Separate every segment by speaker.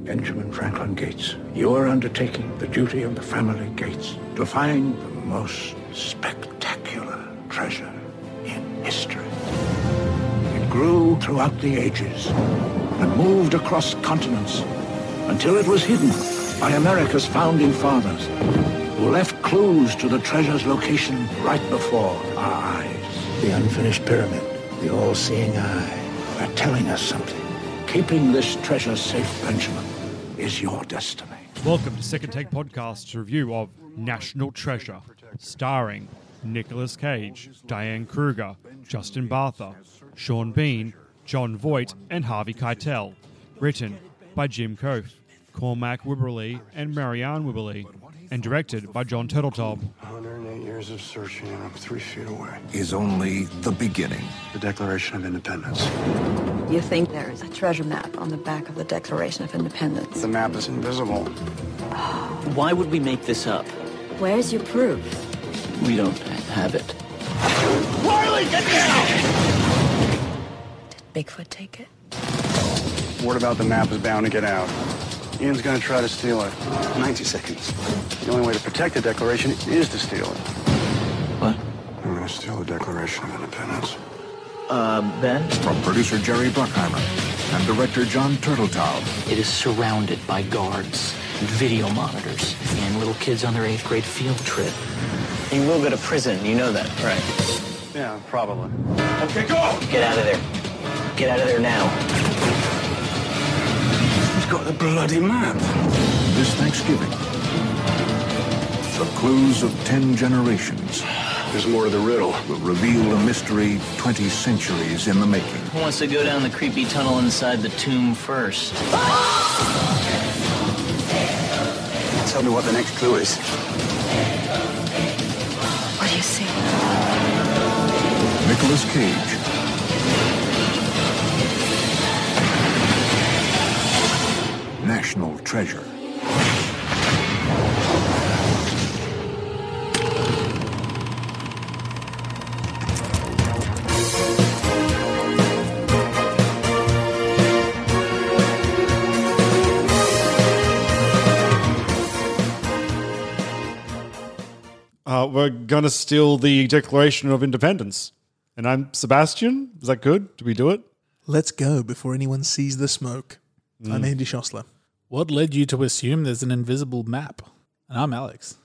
Speaker 1: Benjamin Franklin Gates, you are undertaking the duty of the family Gates to find the most spectacular treasure in history. It grew throughout the ages and moved across continents until it was hidden by America's founding fathers, who left clues to the treasure's location right before our eyes. The unfinished pyramid, the all-seeing eye, are telling us something. Keeping this treasure safe, Benjamin, is your destiny.
Speaker 2: Welcome to Second Take Podcast's review of National Treasure, starring Nicolas Cage, Diane Kruger, Justin Bartha, Sean Bean, John Voight, and Harvey Keitel. Written by Jim Coates, Cormac Wibberley, and Marianne Wibberley, and directed by John Turteltaub.
Speaker 3: 108 years of searching, and I'm three feet away.
Speaker 4: is only the beginning.
Speaker 3: The Declaration of Independence.
Speaker 5: You think there is a treasure map on the back of the Declaration of Independence?
Speaker 3: The map is invisible.
Speaker 6: Why would we make this up?
Speaker 5: Where's your proof?
Speaker 6: We don't have it.
Speaker 5: Bigfoot take it.
Speaker 3: Word about the map is bound to get out. Ian's gonna try to steal it. 90 seconds. The only way to protect the Declaration is to steal it.
Speaker 6: What?
Speaker 3: I'm gonna steal the Declaration of Independence.
Speaker 6: Ben?
Speaker 4: From producer Jerry Bruckheimer and director John Turteltaub.
Speaker 6: It is surrounded by guards, video monitors, and little kids on their eighth grade field trip. You will go to prison, you know that, right?
Speaker 3: Yeah, probably.
Speaker 6: Get out of there. Get out of there now.
Speaker 3: He's got the bloody map.
Speaker 4: This Thanksgiving, the clues of ten generations
Speaker 3: There's more to the riddle.
Speaker 4: will reveal a mystery 20 centuries in the making.
Speaker 6: Who wants to go down the creepy tunnel inside the tomb first?
Speaker 3: Tell me what the next clue is.
Speaker 5: What do you see?
Speaker 4: Nicolas Cage. National Treasure.
Speaker 2: Uh, we're gonna steal the Declaration of Independence. And I'm Sebastian. Is that good? Do we do it?
Speaker 7: Let's go before anyone sees the smoke. I'm Andy Schossler.
Speaker 8: What led you to assume there's an invisible map? And I'm Alex.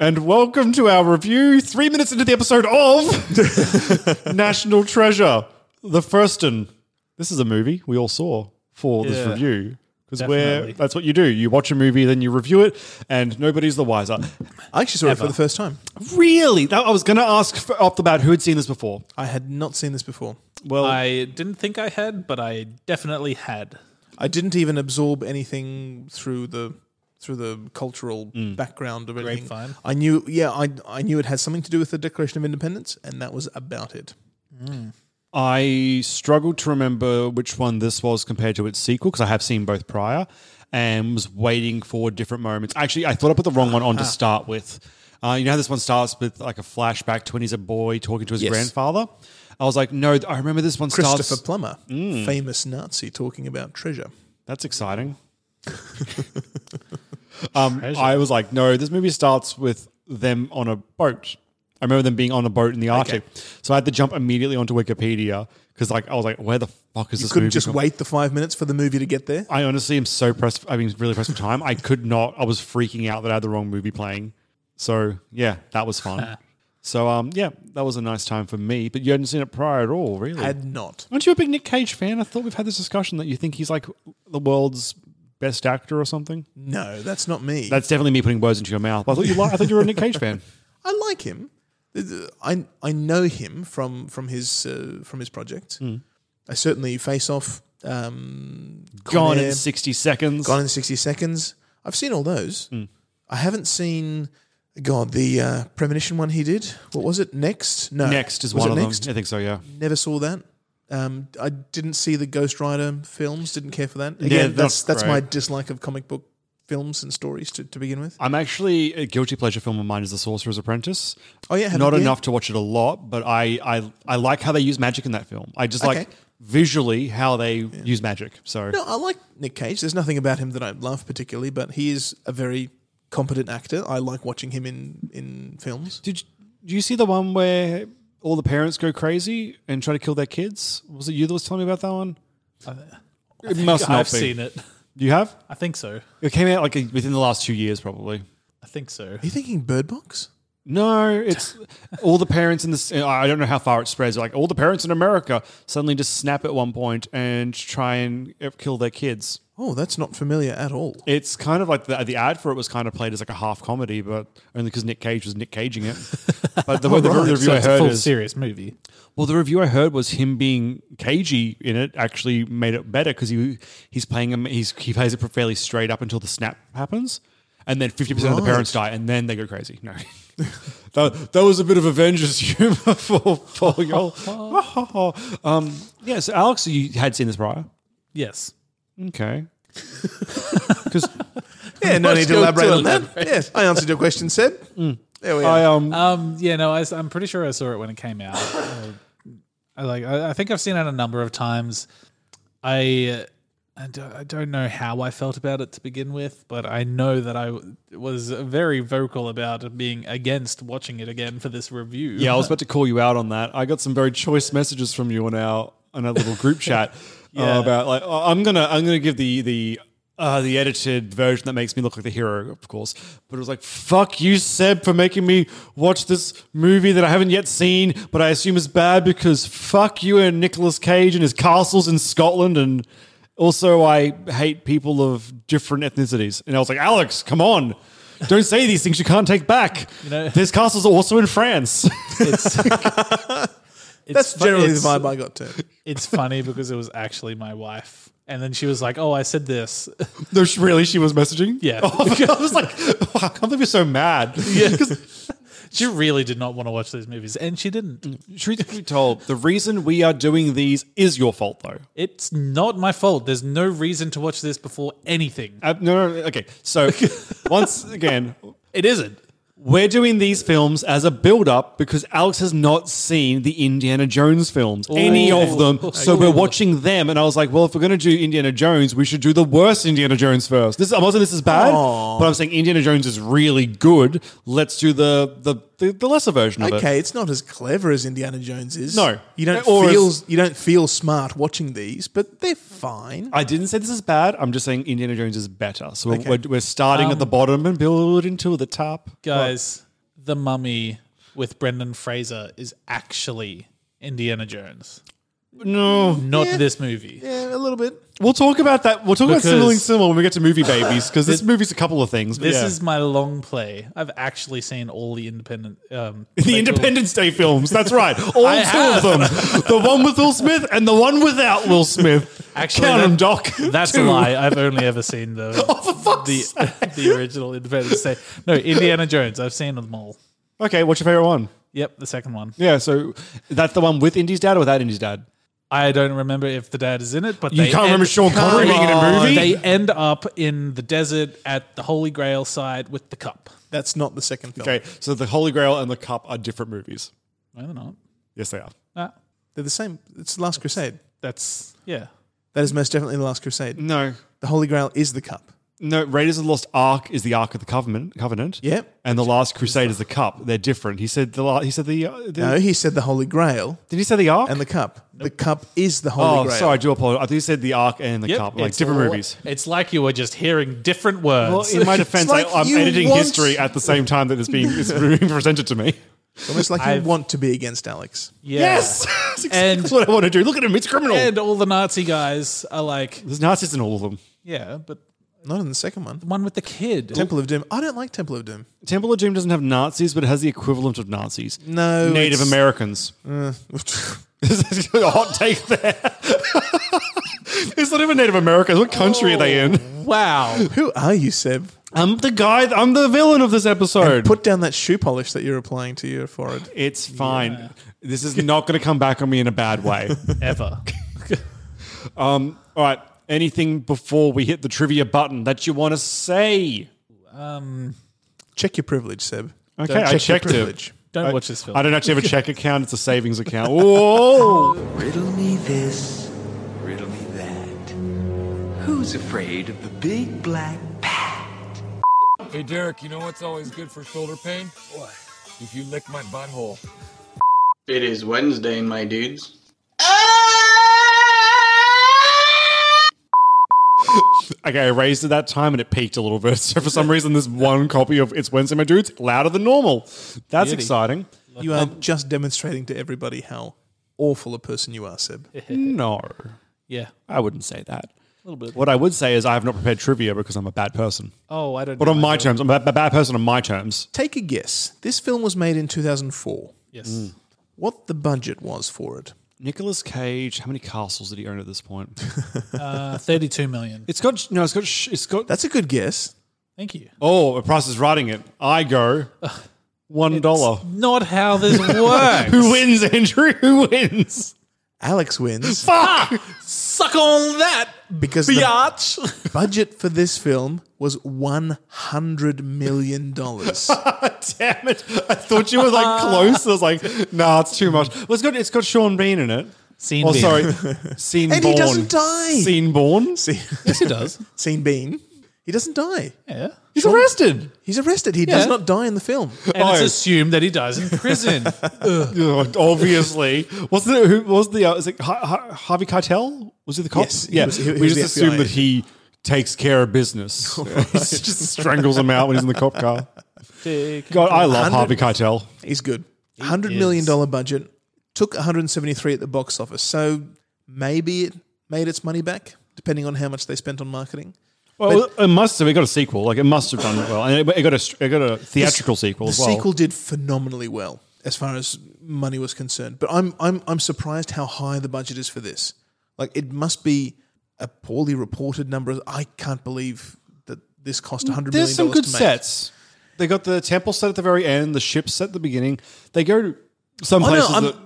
Speaker 2: And welcome to our review, three minutes into the episode of National Treasure, The Firstin. This is a movie we all saw for this
Speaker 8: Yeah,
Speaker 2: review. Because we're
Speaker 8: definitely.
Speaker 2: that's what you do. You watch a movie, then you review it, and nobody's the wiser.
Speaker 7: I actually saw it for the first time.
Speaker 2: really? That, I was going to ask f- off the bat who had seen this before.
Speaker 7: I had not seen this before.
Speaker 2: Well,
Speaker 8: I didn't think I had, but I definitely had.
Speaker 7: I didn't even absorb anything through the through the cultural
Speaker 1: Mm.
Speaker 7: background of anything.
Speaker 8: Grapevine.
Speaker 7: I knew, yeah, I I knew it had something to do with the Declaration of Independence, and that was about it.
Speaker 2: I struggled to remember which one this was compared to its sequel because I have seen both prior and was waiting for different moments. Actually, I thought I put the wrong one
Speaker 7: Uh-huh.
Speaker 2: on to start with. Uh, you know how this one starts with like a flashback to when he's a boy talking to his
Speaker 7: Yes.
Speaker 2: grandfather? I was like, no, I remember this one
Speaker 7: Christopher
Speaker 2: starts. Mm.
Speaker 7: Plummer, famous Nazi, talking about treasure.
Speaker 2: That's exciting. um, I was like, no, this movie starts with them on a boat. I remember them being on a boat in the Arctic. So I had to jump immediately onto Wikipedia because like I was like, where the fuck is
Speaker 7: You
Speaker 2: this
Speaker 7: couldn't
Speaker 2: movie
Speaker 7: just
Speaker 2: from?
Speaker 7: wait the five minutes for the movie to get there.
Speaker 2: I honestly am so pressed. I mean, really pressed for time. I could not. I was freaking out that I had the wrong movie playing. So yeah, that was fun. so um, yeah, that was a nice time for me. But you hadn't seen it prior at all, really.
Speaker 7: Had not.
Speaker 2: Aren't you a big Nick Cage fan? I thought we've had this discussion that you think he's like the world's best actor or something.
Speaker 7: No, that's not me.
Speaker 2: That's definitely me putting words into your mouth. I thought you li- I thought you were a Nick Cage fan.
Speaker 7: I like him. I
Speaker 2: Mm.
Speaker 7: I know him from from his uh, from his project. I certainly Face Off. Um, Con
Speaker 2: Gone in
Speaker 7: Air,
Speaker 2: 60 seconds. Hmm.
Speaker 7: Gone in sixty seconds. I've seen all those. I haven't seen. God, the uh, premonition one he did. What was it? Next? No.
Speaker 2: Next is
Speaker 7: Was
Speaker 2: one
Speaker 7: it
Speaker 2: of
Speaker 7: Next?
Speaker 2: them. I think so, yeah.
Speaker 7: Never saw that. Um, I didn't see the Ghost Rider films. Didn't care for that.
Speaker 2: Yeah,
Speaker 7: Again, that's
Speaker 2: not
Speaker 7: that's my
Speaker 2: great.
Speaker 7: dislike of comic book films and stories to, to begin with.
Speaker 2: I'm actually a guilty pleasure film of mine is The Sorcerer's Apprentice.
Speaker 7: Oh, yeah, have
Speaker 2: not
Speaker 7: it, yeah.
Speaker 2: enough to watch it a lot, but I I, I like how they use magic in that film. I just like
Speaker 7: Okay.
Speaker 2: visually how they use magic. So
Speaker 7: No, I like Nick Cage. There's nothing about him that I love particularly, but he is a very competent actor. I like watching him in in films.
Speaker 2: did you, do you see the one where all the parents go crazy and try to kill their kids? Was it you that was telling me about that one? it must not
Speaker 1: I've
Speaker 2: be.
Speaker 1: seen it.
Speaker 2: You have?
Speaker 1: I think so.
Speaker 2: It came out like within the last two years, probably.
Speaker 1: I think so.
Speaker 7: Are you thinking Bird Box?
Speaker 2: No, it's all the parents in this. I don't know how far it spreads. Like all the parents in America suddenly just snap at one point and try and uh, kill their kids.
Speaker 7: Oh, that's not familiar at all.
Speaker 2: It's kind of like the, the ad for it was kind of played as like a half comedy, but only because Nick Cage was Nick Caging it. But the, the,
Speaker 1: Right,
Speaker 2: review
Speaker 1: so
Speaker 2: I
Speaker 1: it's a
Speaker 2: heard
Speaker 1: full
Speaker 2: is
Speaker 1: serious movie.
Speaker 2: well, the review I heard was him being cagey in it actually made it better because he he's playing him he's he plays it fairly straight up until the snap happens, and then fifty percent of the
Speaker 7: Right.
Speaker 2: parents die, and then they go crazy. No. That, that was a bit of Avengers humor for Paul Yol. um, yeah, so Alex, you had seen this prior.
Speaker 1: Yes.
Speaker 2: Okay. Because
Speaker 7: Yeah, no
Speaker 1: Let's
Speaker 7: need to
Speaker 1: go
Speaker 7: elaborate
Speaker 1: to Mm.
Speaker 7: on that. Yes, I answered your question, Seb. There we
Speaker 2: I,
Speaker 7: are.
Speaker 2: um,
Speaker 1: Um, yeah, no, I, am pretty sure I saw it when it came out. Uh, I like, I, I think I've seen it a number of times. I, uh, I, don't, I don't know how I felt about it to begin with, but I know that I w- was very vocal about being against watching it again for this review.
Speaker 2: Yeah, I was about to call you out on that. I got some very choice messages from you on our on our little group chat uh,
Speaker 1: Yeah.
Speaker 2: about like oh, I'm gonna I'm gonna give the the uh, the edited version that makes me look like the hero, of course. But it was like fuck you, Seb, for making me watch this movie that I haven't yet seen, but I assume is bad because fuck you and Nicolas Cage and his castles in Scotland and. Also, I hate people of different ethnicities. And I was like, Alex, come on. Don't say these things you can't take back. You
Speaker 1: know-
Speaker 2: this castle's also in France.
Speaker 1: It's, it's
Speaker 7: That's
Speaker 1: fu-
Speaker 7: generally the
Speaker 1: it's-
Speaker 7: vibe I got to.
Speaker 1: It's funny because it was actually my wife. And then she was like, "Oh, I said this."
Speaker 2: No, she, really, she was messaging.
Speaker 1: Yeah.
Speaker 2: Oh my God, I was like, wow, I can't believe you're so mad. Yeah,
Speaker 1: She really did not want to watch these movies, and she didn't.
Speaker 2: truth be told, the reason we are doing these is your fault, though.
Speaker 1: It's not my fault. There's no reason to watch this before anything.
Speaker 2: Uh, no, no, okay. So once again,
Speaker 1: It isn't.
Speaker 2: we're doing these films as a build-up because Alex has not seen the Indiana Jones films,
Speaker 1: Oh,
Speaker 2: any of them. So we're watching them, and I was like, well, if we're going to do Indiana Jones, we should do the worst Indiana Jones first. This I'm not saying this is bad, but I'm saying Indiana Jones is really good. Let's do the the the, the lesser version of it.
Speaker 7: Okay, it's not as clever as Indiana Jones is.
Speaker 2: No.
Speaker 7: you don't
Speaker 2: Or
Speaker 7: feel
Speaker 2: as-
Speaker 7: you don't feel smart watching these, but they're fine.
Speaker 2: I didn't say this is bad. I'm just saying Indiana Jones is better. So we're, we're, we're starting at the bottom and building to the top.
Speaker 1: Um, Guys, The Mummy with Brendan Fraser is actually Indiana Jones,
Speaker 2: No,
Speaker 1: not this movie.
Speaker 7: yeah, a little bit.
Speaker 2: we'll talk about that. We'll talk about
Speaker 1: Because-
Speaker 2: sibling similar when we get to movie babies because this, movie's a couple of things. but
Speaker 1: This
Speaker 2: yeah.
Speaker 1: is my long play. I've actually seen all the independent. Um,
Speaker 2: the Independence Day films. That's right, all
Speaker 1: I
Speaker 2: two of them. The one with Will Smith and the one without Will Smith.
Speaker 1: Actually,
Speaker 2: count
Speaker 1: that-
Speaker 2: 'em, Doc.
Speaker 1: That's a
Speaker 2: Two. Oh,
Speaker 1: lie. I've only ever seen the
Speaker 2: for fuck's
Speaker 1: the, the original Independence Day. No, Indiana Jones. I've seen them all.
Speaker 2: Okay, what's your favorite one?
Speaker 1: Yep, the second one.
Speaker 2: Yeah, so that's the one with Indy's dad or without Indy's dad?
Speaker 1: I don't remember if the dad is in it, but
Speaker 2: You
Speaker 1: they
Speaker 2: can't remember
Speaker 1: end-
Speaker 2: Sean Connery being in a movie.
Speaker 1: They end up in the desert at the Holy Grail side with the cup.
Speaker 7: That's not the second film.
Speaker 2: Okay, so the Holy Grail and the Cup are different movies.
Speaker 1: No, they're not.
Speaker 2: Yes, they are.
Speaker 1: Ah,
Speaker 7: They're the same. It's the Last Crusade.
Speaker 1: that's yeah.
Speaker 7: That is most definitely the Last Crusade.
Speaker 2: No,
Speaker 7: The Holy Grail is the cup.
Speaker 2: No, Raiders of the Lost Ark is the Ark of the Covenant. Covenant.
Speaker 7: Yep.
Speaker 2: And the Last Crusade is the cup. They're different. He said the. la- He said the. uh, the-
Speaker 7: No, he said the Holy Grail
Speaker 2: Did he say the Ark?
Speaker 7: and the cup. The cup is the Holy
Speaker 2: oh,
Speaker 7: Grail.
Speaker 2: sorry, I do apologize. I think he said the Ark and the
Speaker 1: Yep,
Speaker 2: cup. Like
Speaker 1: it's
Speaker 2: different
Speaker 1: all-
Speaker 2: movies.
Speaker 1: It's like you were just hearing different words.
Speaker 2: Well, in my defense,
Speaker 7: like
Speaker 2: I, I'm
Speaker 7: you
Speaker 2: editing
Speaker 7: want-
Speaker 2: history at the same time that it's being it's being presented to me.
Speaker 7: It's almost like
Speaker 1: I've-
Speaker 7: you want to be against Alex.
Speaker 1: yeah.
Speaker 2: Yes, that's exactly
Speaker 1: And-
Speaker 2: what I want to do. Look at him; it's criminal.
Speaker 1: And all the Nazi guys are like,
Speaker 2: There's Nazis in all of them.
Speaker 1: yeah, but
Speaker 7: Not in the second one.
Speaker 1: the one with the kid.
Speaker 7: Temple of Doom. I don't like Temple of Doom.
Speaker 2: Temple of Doom doesn't have Nazis, but it has the equivalent of Nazis.
Speaker 7: No,
Speaker 2: Native
Speaker 7: it's-
Speaker 2: Americans.
Speaker 7: Uh,
Speaker 2: a hot take there. It's not even Native Americans. What country are they in?
Speaker 1: Wow.
Speaker 7: Who are you, Seb?
Speaker 2: I'm the guy. I'm the villain of this episode.
Speaker 7: put down that shoe polish that you're applying to your forehead.
Speaker 2: It's fine. This is not going to come back on me in a bad way.
Speaker 1: Ever.
Speaker 2: um, all right. Anything before we hit the trivia button that you want to say?
Speaker 1: Um,
Speaker 7: Check your privilege, Seb.
Speaker 2: Okay,
Speaker 7: Don't
Speaker 2: I
Speaker 7: check your
Speaker 2: checked it.
Speaker 7: privilege.
Speaker 1: Don't
Speaker 2: I-
Speaker 1: watch this film.
Speaker 2: I don't actually have a check account. It's a savings account. Whoa!
Speaker 9: Riddle me this, riddle me that. Who's afraid of the big black
Speaker 10: Hey, Derek, you know what's always good for shoulder pain? What? If you lick my butthole.
Speaker 11: It is Wednesday, my dudes.
Speaker 2: Okay, I raised it that time and it peaked a little bit. So for some reason, this one copy of It's Wednesday, My Dudes, louder than normal. That's
Speaker 7: Beauty.
Speaker 2: exciting.
Speaker 7: You are just demonstrating to everybody how awful a person you are, Seb.
Speaker 2: No.
Speaker 1: Yeah.
Speaker 2: I wouldn't say that.
Speaker 1: A little bit.
Speaker 2: What I would say is I have not prepared trivia because I'm a bad person.
Speaker 1: Oh, I don't.
Speaker 2: But
Speaker 1: know
Speaker 2: on my
Speaker 1: do.
Speaker 2: terms, I'm a ba- bad person on my terms.
Speaker 7: Take a guess. This film was made in 2004.
Speaker 1: Yes.
Speaker 2: Hmm.
Speaker 7: What the budget was for it?
Speaker 2: Nicholas Cage, how many castles did he own at this point?
Speaker 1: Uh, Thirty-two million.
Speaker 2: it's got no, it's got sh- it's got.
Speaker 7: That's a good guess.
Speaker 1: Thank you.
Speaker 2: Oh, the price is writing it. I go one dollar.
Speaker 1: Not how this works.
Speaker 2: Who wins, Andrew? Who wins?
Speaker 7: Alex wins
Speaker 2: Fuck!
Speaker 1: Suck on that.
Speaker 7: because
Speaker 1: Biatch.
Speaker 7: the budget for this film was 100 million dollars.
Speaker 2: Damn it! I thought you were like close. I was like, nah, it's too much. Well, it's got it's got Sean Bean in it.
Speaker 1: Scene
Speaker 2: oh,
Speaker 1: Bean.
Speaker 2: sorry, scene
Speaker 7: And
Speaker 2: born.
Speaker 7: he doesn't die.
Speaker 2: Scene born.
Speaker 1: Yes, he does.
Speaker 7: Scene Bean. He doesn't die.
Speaker 1: Yeah.
Speaker 2: He's arrested.
Speaker 7: He's arrested. He
Speaker 1: Yeah.
Speaker 7: does not die in the film.
Speaker 1: And it's
Speaker 2: Oh.
Speaker 1: assumed that he dies in prison.
Speaker 2: Ugh, Obviously, wasn't it? Who was the? Uh, is it Har- Har- Harvey Keitel? Was he the cop?
Speaker 7: Yes, he
Speaker 2: yeah.
Speaker 7: was- he- he
Speaker 2: we
Speaker 7: was
Speaker 2: just
Speaker 7: the
Speaker 2: assume
Speaker 7: FBI
Speaker 2: that he takes care of business. he just strangles him out when he's in the cop car. God, I love
Speaker 7: 100
Speaker 2: Harvey Keitel.
Speaker 7: He's good. Hundred million dollar budget. Took 173 at the box office. So maybe it made its money back, depending on how much they spent on marketing.
Speaker 2: Well, it must have. It got a sequel. Like it must have done well, and it, it got a str- it got a theatrical sequel
Speaker 7: The
Speaker 2: as well.
Speaker 7: sequel did phenomenally well as far as money was concerned. But I'm I'm I'm surprised how high the budget is for this. Like it must be a poorly reported number. I can't believe that this cost 100 million
Speaker 2: There's some good
Speaker 7: dollars to make.
Speaker 2: sets. They got the temple set at the very end, the ship set at the beginning. They go to some
Speaker 7: I know,
Speaker 2: places
Speaker 7: I'm,
Speaker 2: that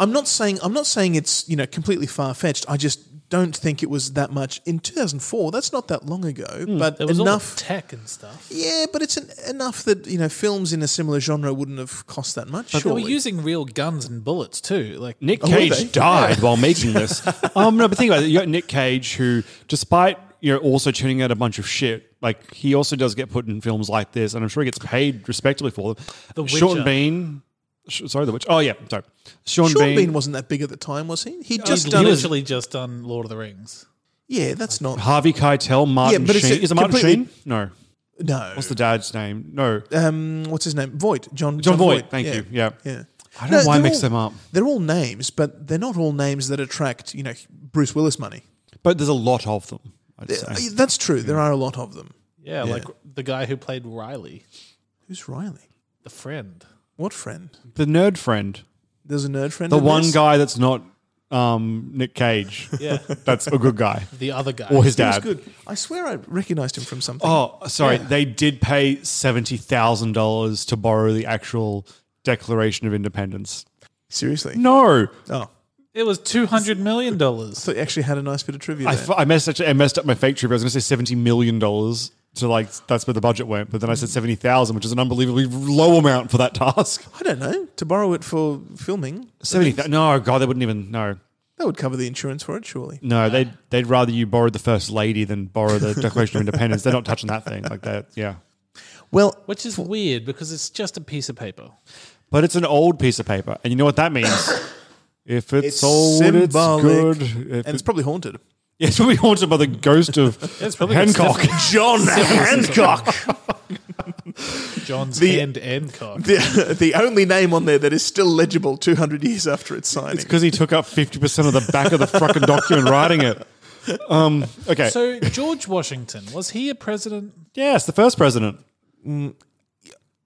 Speaker 7: I'm not saying I'm not saying it's you know completely far fetched. I just don't think it was that much in 2004. That's not that long ago,
Speaker 2: Hmm,
Speaker 7: but
Speaker 1: There was
Speaker 7: enough.
Speaker 1: all the tech and stuff.
Speaker 7: yeah, but it's an, enough that you know films in a similar genre wouldn't have cost that much.
Speaker 1: But
Speaker 7: surely.
Speaker 1: they were using real guns and bullets too. Like
Speaker 2: Nick
Speaker 7: Oh, were
Speaker 2: Cage
Speaker 7: they?
Speaker 2: died while making this. um, no, but think about it. You got Nick Cage, who, despite you know, also churning out a bunch of shit, like he also does get put in films like this, and I'm sure he gets paid respectably for them.
Speaker 1: The
Speaker 2: Sean
Speaker 1: Witcher.
Speaker 2: Bean, sh- sorry, the witch. Oh yeah, sorry, Sean,
Speaker 7: Sean Bean,
Speaker 2: Bean, Oh,
Speaker 7: wasn't that big at the time, was he? He
Speaker 1: just
Speaker 7: just
Speaker 1: he'd
Speaker 7: done it.
Speaker 1: literally just done Lord of the Rings.
Speaker 7: Yeah, that's not
Speaker 2: Harvey Keitel, Martin
Speaker 7: Yeah, but it's
Speaker 2: Sheen.
Speaker 7: a
Speaker 2: Is it Martin
Speaker 7: completely-
Speaker 2: Sheen? No.
Speaker 7: no.
Speaker 2: What's the dad's name? No.
Speaker 7: um, what's his name? Voight. John.
Speaker 2: John Voight. Thank you. Yeah.
Speaker 7: Yeah.
Speaker 2: I don't know why I
Speaker 7: they're
Speaker 2: mix
Speaker 7: all-
Speaker 2: them up.
Speaker 7: They're all names, but they're not all names that attract you know Bruce Willis money.
Speaker 2: But there's a lot of them. I'd
Speaker 7: Uh,
Speaker 2: say.
Speaker 7: That's true. There are a lot of them.
Speaker 1: Yeah, like the guy who played Riley,
Speaker 7: Who's Riley?
Speaker 1: the friend.
Speaker 7: What friend?
Speaker 2: The nerd friend.
Speaker 7: There's a nerd friend.
Speaker 2: The
Speaker 7: in
Speaker 2: one
Speaker 7: this?
Speaker 2: guy that's not um, Nick Cage.
Speaker 1: Yeah,
Speaker 2: That's a good guy.
Speaker 1: the other guy.
Speaker 2: Or his
Speaker 7: He was
Speaker 2: dad.
Speaker 7: good. I swear I recognized him from something.
Speaker 2: Oh, sorry. They did pay seventy thousand dollars to borrow the actual Declaration of Independence.
Speaker 7: seriously?
Speaker 2: No,
Speaker 7: Oh,
Speaker 1: It was two hundred million
Speaker 7: I
Speaker 1: dollars.
Speaker 7: thought you actually had a nice bit of trivia.
Speaker 2: I,
Speaker 7: there.
Speaker 2: f- I messed actually, I messed up my fake trivia. I was going to say seventy million dollars to like that's where the budget went, but then I said seventy thousand, which is an unbelievably low amount for that task.
Speaker 7: I don't know. To borrow it for filming,
Speaker 2: Seventy thousand? No, God, they wouldn't even. No,
Speaker 7: that would cover the insurance for it, surely.
Speaker 2: no, they'd they'd rather you borrow the first lady than borrow the Declaration of Independence. They're not touching that thing like that. Yeah.
Speaker 7: Well,
Speaker 1: Which is weird because it's just a piece of paper.
Speaker 2: But it's an old piece of paper, and you know what that means. if it's,
Speaker 7: it's
Speaker 2: old,
Speaker 7: symbolic,
Speaker 2: it's good.
Speaker 7: and
Speaker 2: If
Speaker 7: it's
Speaker 2: it-
Speaker 7: probably haunted.
Speaker 2: yeah, it's probably haunted by the ghost of
Speaker 1: It's probably got
Speaker 2: Hancock.
Speaker 1: sniff-
Speaker 2: John Hancock.
Speaker 1: John's
Speaker 7: The-
Speaker 1: hand and cock.
Speaker 7: The, the only name on there that is still legible 200 years after its signing.
Speaker 2: It's because he took up fifty percent of the back of the fucking document writing it. Um, okay.
Speaker 1: so George Washington was he a president?
Speaker 2: yes, the first president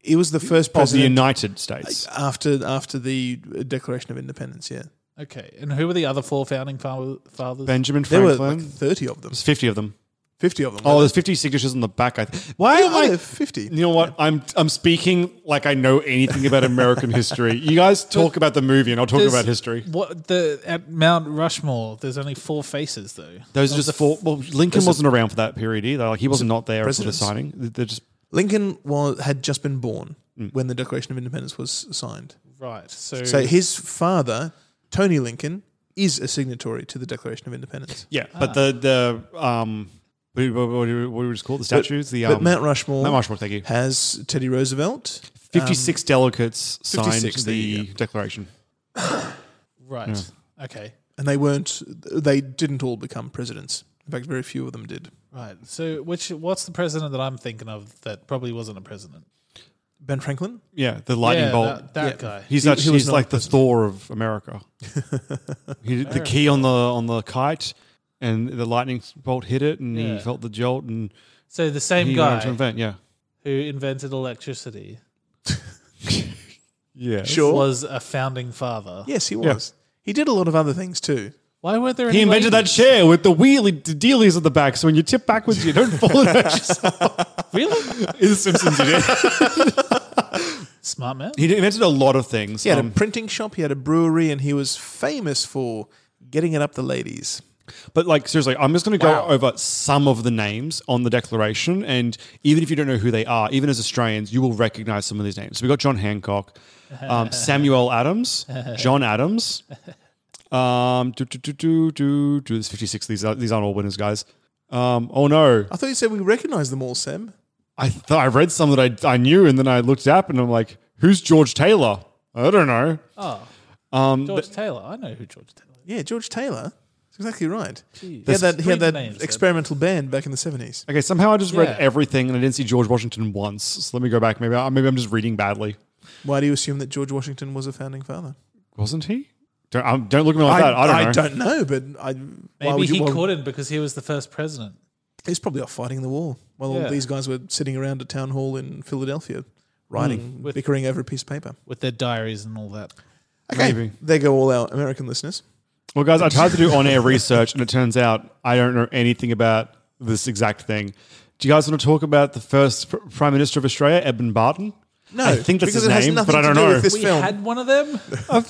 Speaker 7: it was the first
Speaker 2: of the
Speaker 7: president
Speaker 2: United States.
Speaker 7: after after the Declaration of Independence. Yeah,
Speaker 1: Okay, and who were the other four founding fa- fathers?
Speaker 2: Benjamin
Speaker 7: There were,
Speaker 2: Franklin.
Speaker 7: like, 30 of them.
Speaker 2: There's 50 of them.
Speaker 7: 50 of them,
Speaker 2: Oh,
Speaker 7: were
Speaker 2: there's 50 signatures on the back. I th- Why am I
Speaker 7: 50?
Speaker 2: You know what? I'm I'm speaking like I know anything about American history. You guys talk about the movie and I'll talk
Speaker 1: There's-
Speaker 2: about history.
Speaker 1: What the uh, at Mount Rushmore? There's only four faces though.
Speaker 2: Those
Speaker 1: Of
Speaker 2: are
Speaker 1: the
Speaker 2: just four. Well, Lincoln
Speaker 1: those are-
Speaker 2: wasn't around for that period either. Like he was not there for the
Speaker 7: presidents.
Speaker 2: signing. They're just
Speaker 7: Lincoln was, had just been born when the Declaration of Independence was signed.
Speaker 1: Mm. Right, so-
Speaker 7: so his father, Tony Lincoln, is a signatory to the Declaration of Independence.
Speaker 2: Yeah, but the the um, what do you- what, what, do you- what do we just call it? the statues? the
Speaker 7: but
Speaker 2: um,
Speaker 7: Mount Rushmore um,
Speaker 2: Mount Rushmore. Thank you.
Speaker 7: Has Teddy Roosevelt?
Speaker 2: Fifty six
Speaker 7: um,
Speaker 2: delegates signed
Speaker 7: 56, there you
Speaker 2: the declaration.
Speaker 1: Right.
Speaker 2: Yeah.
Speaker 1: Okay.
Speaker 7: and they weren't. They didn't all become presidents. In fact, very few of them did.
Speaker 1: Right. So which what's the president that I'm thinking of that probably wasn't a president?
Speaker 7: Ben Franklin.
Speaker 2: Yeah, the lightning
Speaker 1: Yeah,
Speaker 2: bolt.
Speaker 1: that- that Yeah. guy.
Speaker 2: He's
Speaker 1: He- he
Speaker 2: actually
Speaker 1: was
Speaker 2: he's
Speaker 1: not
Speaker 2: like
Speaker 1: a
Speaker 2: the Thor of America. he did the
Speaker 1: Fair
Speaker 2: key on the on the kite, and the lightning bolt hit it, and
Speaker 1: Yeah.
Speaker 2: he felt the jolt, and
Speaker 1: So the same
Speaker 2: he went on
Speaker 1: guy
Speaker 2: to invent, yeah,
Speaker 1: who invented electricity
Speaker 2: yeah,
Speaker 1: was a founding father.
Speaker 7: Yes, he was. He did a lot of other things too.
Speaker 1: Why weren't there?
Speaker 2: He
Speaker 1: any
Speaker 2: invented that
Speaker 1: ladies?
Speaker 2: chair with the wheelie the dealies at the back, so when you tip backwards, you don't fall and hurt yourself.
Speaker 1: really?
Speaker 2: In The Simpsons, he did.
Speaker 1: Smart man.
Speaker 2: He invented a lot of things.
Speaker 7: He had
Speaker 2: Um,
Speaker 7: a printing shop. He had a brewery, and he was famous for getting it up the ladies.
Speaker 2: But like seriously, I'm just going to go over some of the names on the declaration, and even if you don't know who they are, even as Australians, you will recognize some of these names. So we got John Hancock, um, Samuel Adams, John Adams. Um, do do do do do do. There's 56. These are these aren't all winners, guys. Um, oh no,
Speaker 7: I thought you said we recognised them all, Sam.
Speaker 2: I thought I read some that I I knew, and then I looked it up, and I'm like, who's George Taylor? I don't know.
Speaker 1: Oh,
Speaker 2: Um,
Speaker 1: George Taylor. I know who George Taylor.
Speaker 7: Yeah, George Taylor. That's exactly right. He
Speaker 2: There's
Speaker 7: had that, he
Speaker 2: three
Speaker 7: had that
Speaker 2: names that-
Speaker 7: experimental band back in the 70s.
Speaker 2: Okay, somehow I just read
Speaker 7: Yeah.
Speaker 2: everything and I didn't see George Washington once. So let me go back. Maybe I, maybe I'm just reading badly.
Speaker 7: Why do you assume that George Washington was a founding father?
Speaker 2: Wasn't he? Don't, um, don't look at me like that. I don't know.
Speaker 7: don't know, but I, why
Speaker 1: Maybe
Speaker 7: would you
Speaker 1: he
Speaker 7: want-
Speaker 1: couldn't because he was the first president.
Speaker 7: He's probably off fighting the war while
Speaker 1: Yeah.
Speaker 7: all these guys were sitting around a town hall in Philadelphia, writing,
Speaker 1: Mm. With-
Speaker 7: bickering over a piece of paper.
Speaker 1: with their diaries and all that.
Speaker 7: Okay, there go all our American listeners.
Speaker 2: Well, guys, I tried to do on air research and it turns out I don't know anything about this exact thing. Do you guys want to talk about the first pr- Prime Minister of Australia, Eben Barton?
Speaker 7: No,
Speaker 2: I think that's
Speaker 7: because
Speaker 2: his
Speaker 7: it has
Speaker 2: name,
Speaker 7: nothing
Speaker 2: but I
Speaker 7: to
Speaker 2: don't
Speaker 7: do
Speaker 2: know. Uh,
Speaker 7: with this
Speaker 1: we
Speaker 7: film.
Speaker 1: had one of them.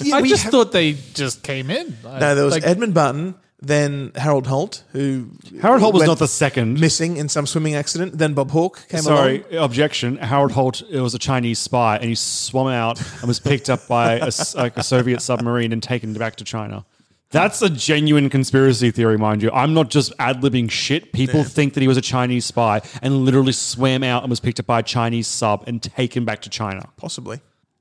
Speaker 7: yeah,
Speaker 1: I
Speaker 7: we
Speaker 1: just
Speaker 7: have-
Speaker 1: thought they just came in.
Speaker 7: No, there was Edmund Barton, then Harold Holt, who
Speaker 2: Harold Holt was
Speaker 7: went
Speaker 2: not the second.
Speaker 7: missing in some swimming accident. Then Bob Hawke came
Speaker 2: Sorry,
Speaker 7: along.
Speaker 2: objection. Howard Holt it was a Chinese spy and he swum out and was picked up by a, s- like a Soviet submarine and taken back to China. That's a genuine conspiracy theory, mind you. I'm not just ad libbing shit. People think that he was a Chinese spy and literally swam out and was picked up by a Chinese sub and taken back to China.
Speaker 7: Possibly.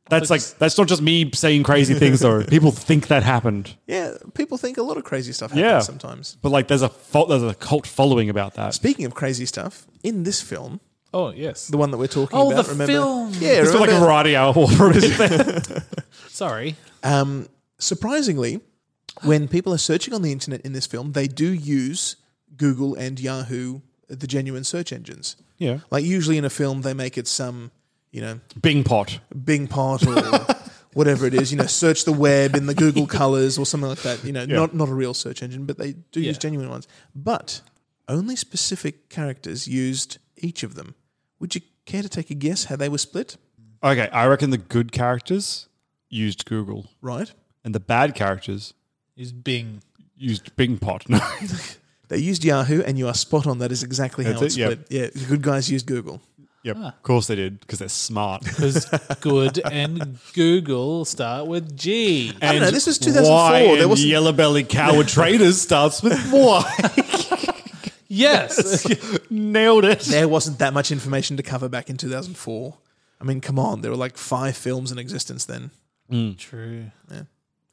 Speaker 2: That's like that's not just me saying crazy things though. People think that happened.
Speaker 7: Yeah, people think a lot of crazy stuff happens
Speaker 2: Yeah,
Speaker 7: sometimes.
Speaker 2: But like, there's a fo- there's a cult following about that.
Speaker 7: Speaking of crazy stuff, in this film,
Speaker 1: Oh yes,
Speaker 7: the one that we're talking
Speaker 1: Oh,
Speaker 7: about,
Speaker 1: the
Speaker 7: remember?
Speaker 1: film.
Speaker 7: Yeah,
Speaker 2: It's like a
Speaker 7: remember-
Speaker 2: variety hour. for it, isn't it?
Speaker 1: Sorry.
Speaker 7: Um, surprisingly, when people are searching on the internet in this film, they do use Google and Yahoo, the genuine search engines.
Speaker 2: Yeah.
Speaker 7: Like usually in a film, they make it some, you know,
Speaker 2: Bing pot.
Speaker 7: Bing pot or whatever it is. You know, search the web in the Google colors or something like that. You know,
Speaker 2: Yeah.
Speaker 7: not not a real search engine, but they do use genuine ones. But only specific characters used each of them. Would you care to take a guess how they were split?
Speaker 2: Okay, I reckon the good characters used Google.
Speaker 7: Right.
Speaker 2: And the bad characters
Speaker 1: Is Bing.
Speaker 2: used Bing Pot. No.
Speaker 7: They used Yahoo, and you are spot on. That is exactly how
Speaker 2: That's
Speaker 7: it's
Speaker 2: it, yeah.
Speaker 7: split. Yeah, the good guys used Google.
Speaker 2: yep. Of course they did because they're smart.
Speaker 1: Because good and Google start with G.
Speaker 7: I don't know, this was 2004.
Speaker 2: Why
Speaker 7: There
Speaker 2: and
Speaker 7: wasn't-
Speaker 2: yellow belly coward traders starts with why.
Speaker 1: Yes.
Speaker 2: Nailed it.
Speaker 7: There wasn't that much information to cover back in 2004. I mean, come on, there were like five films in existence then,
Speaker 1: True.
Speaker 7: yeah.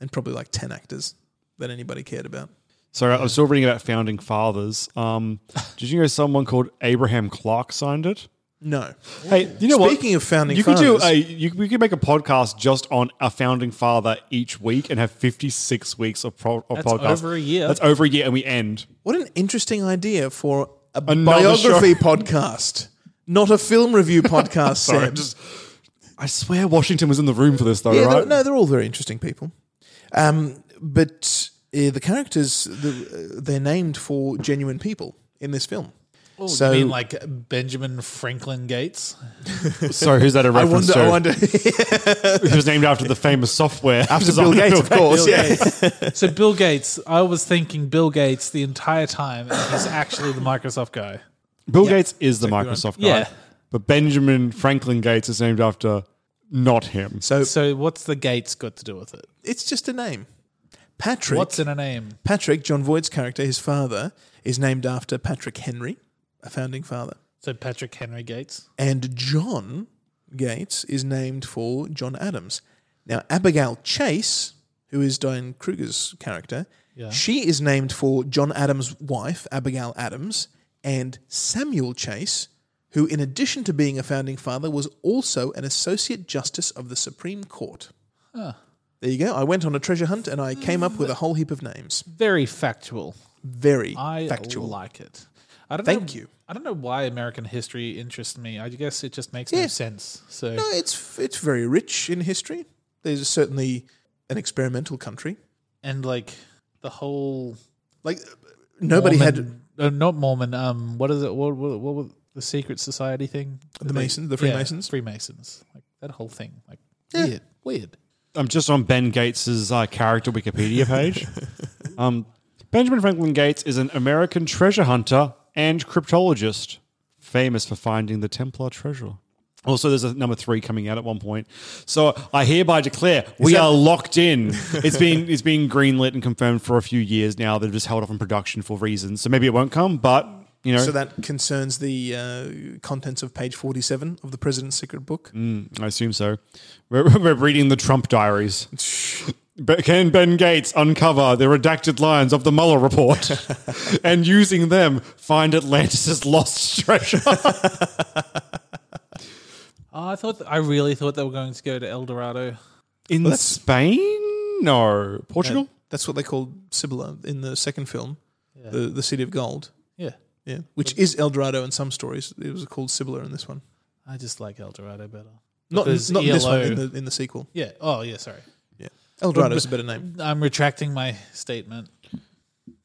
Speaker 7: and probably like 10 actors that anybody cared about.
Speaker 2: Sorry, I was still reading about founding fathers. Um, did you know someone called Abraham Clark signed it?
Speaker 7: No.
Speaker 2: Hey, you know what?
Speaker 7: Speaking of founding
Speaker 2: you could
Speaker 7: fathers,
Speaker 2: do a you, we could make a podcast just on a founding father each week and have fifty six weeks of, pro, of
Speaker 1: That's
Speaker 2: podcast.
Speaker 1: over a year.
Speaker 2: That's over a year, and we end.
Speaker 7: what an interesting idea for a
Speaker 2: Another show.
Speaker 7: biography podcast, not a film review podcast,
Speaker 2: Sorry,
Speaker 7: Sam.
Speaker 2: I'm just- I swear Washington was in the room for this though,
Speaker 7: yeah,
Speaker 2: right?
Speaker 7: they're- no, they're all very interesting people. Um, but uh, the characters the, uh, they're named for genuine people in this film.
Speaker 1: Oh,
Speaker 7: so
Speaker 1: you mean like Benjamin Franklin Gates?
Speaker 2: So who's that a
Speaker 7: I
Speaker 2: reference
Speaker 7: wonder- oh, I
Speaker 2: to? It was named after the famous software. designer Bill Gates.
Speaker 1: Gates. so Bill Gates, I was thinking Bill Gates the entire time. And he's actually the Microsoft guy.
Speaker 2: Bill Gates is the Microsoft guy.
Speaker 1: Yeah.
Speaker 2: But Benjamin Franklin Gates is named after not him.
Speaker 7: So
Speaker 1: So what's the Gates got to do with it?
Speaker 7: It's just a name. Patrick.
Speaker 1: What's in a name?
Speaker 7: Patrick, John Voight's character, his father, is named after Patrick Henry, a founding father.
Speaker 1: So Patrick Henry Gates.
Speaker 7: And John Gates is named for John Adams. Now, Abigail Chase, who is Diane Kruger's character,
Speaker 1: Yeah.
Speaker 7: she is named for John Adams' wife, Abigail Adams, and Samuel Chase, who, in addition to being a founding father, was also an Associate Justice of the Supreme Court.
Speaker 1: Huh.
Speaker 7: There you go. I went on a treasure hunt and I came up with a whole heap of names.
Speaker 1: Very factual.
Speaker 7: Very
Speaker 1: I
Speaker 7: factual.
Speaker 1: like it. I don't
Speaker 7: Thank
Speaker 1: know,
Speaker 7: you.
Speaker 1: I don't know why American history interests me. I guess it just makes no sense. So
Speaker 7: No, it's it's very rich in history. There's certainly an experimental country.
Speaker 1: and like the whole
Speaker 7: like nobody had-
Speaker 1: had uh, not Mormon. Um, what is it? What what, what was the secret society thing?
Speaker 7: The Masons, the
Speaker 1: yeah,
Speaker 7: Freemasons?
Speaker 1: Freemasons, like that whole thing. Like
Speaker 7: Yeah.
Speaker 1: weird, weird.
Speaker 2: I'm just on Ben Gates's uh, character Wikipedia page. um, Benjamin Franklin Gates is an American treasure hunter and cryptologist, famous for finding the Templar treasure. Also, there's a number three coming out at one point. So I hereby declare we
Speaker 7: that-
Speaker 2: are locked in. It's been it's been greenlit and confirmed for a few years now. They've just held off on production for reasons. So maybe it won't come, but you know,
Speaker 7: so that concerns the uh, contents of page 47 of the president's secret book.
Speaker 2: Mm, I assume so. We're, we're reading the Trump diaries. But Can Ben Gates uncover the redacted lines of the Mueller report and using them find Atlantis' lost treasure?
Speaker 1: Oh, I thought I really thought they were going to go to El Dorado.
Speaker 2: In
Speaker 7: Well, that's-
Speaker 2: Spain? No.
Speaker 1: Uh,
Speaker 2: Portugal?
Speaker 7: Yeah, that's what they called Sibylla in the second film, the the city of gold.
Speaker 1: Yeah.
Speaker 7: yeah, which is El Dorado in some stories. It was called Sibylla in this one,
Speaker 1: I just like El Dorado better.
Speaker 7: not in,
Speaker 1: Because
Speaker 7: not in this one
Speaker 1: ELO
Speaker 7: in the in the sequel.
Speaker 1: Yeah. Oh, yeah. Sorry.
Speaker 7: Yeah. El Dorado's a better name.
Speaker 1: I'm retracting my statement.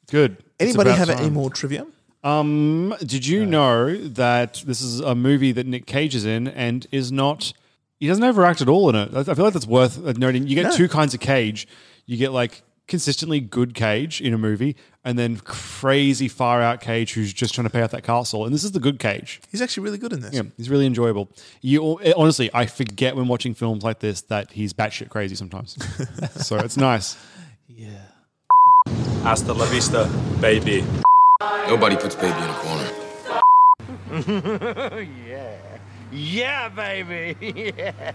Speaker 2: Good. It's
Speaker 7: Anybody
Speaker 2: about
Speaker 7: have any
Speaker 2: time.
Speaker 7: more trivia?
Speaker 2: Um, did you know that this is a movie that Nick Cage is in and is not? He doesn't overact at all in it. I I feel like that's worth noting. You get
Speaker 7: No.
Speaker 2: two kinds of Cage. You get like consistently good Cage in a movie, and then crazy far out Cage who's just trying to pay off that castle. And this is the good Cage.
Speaker 7: He's actually really good in this.
Speaker 2: Yeah, he's really enjoyable. You eh, honestly, I forget when watching films like this that he's batshit crazy sometimes. so it's nice.
Speaker 12: Hasta la vista, baby.
Speaker 10: Nobody puts baby in a corner.
Speaker 9: yeah. Yeah, baby. Yeah.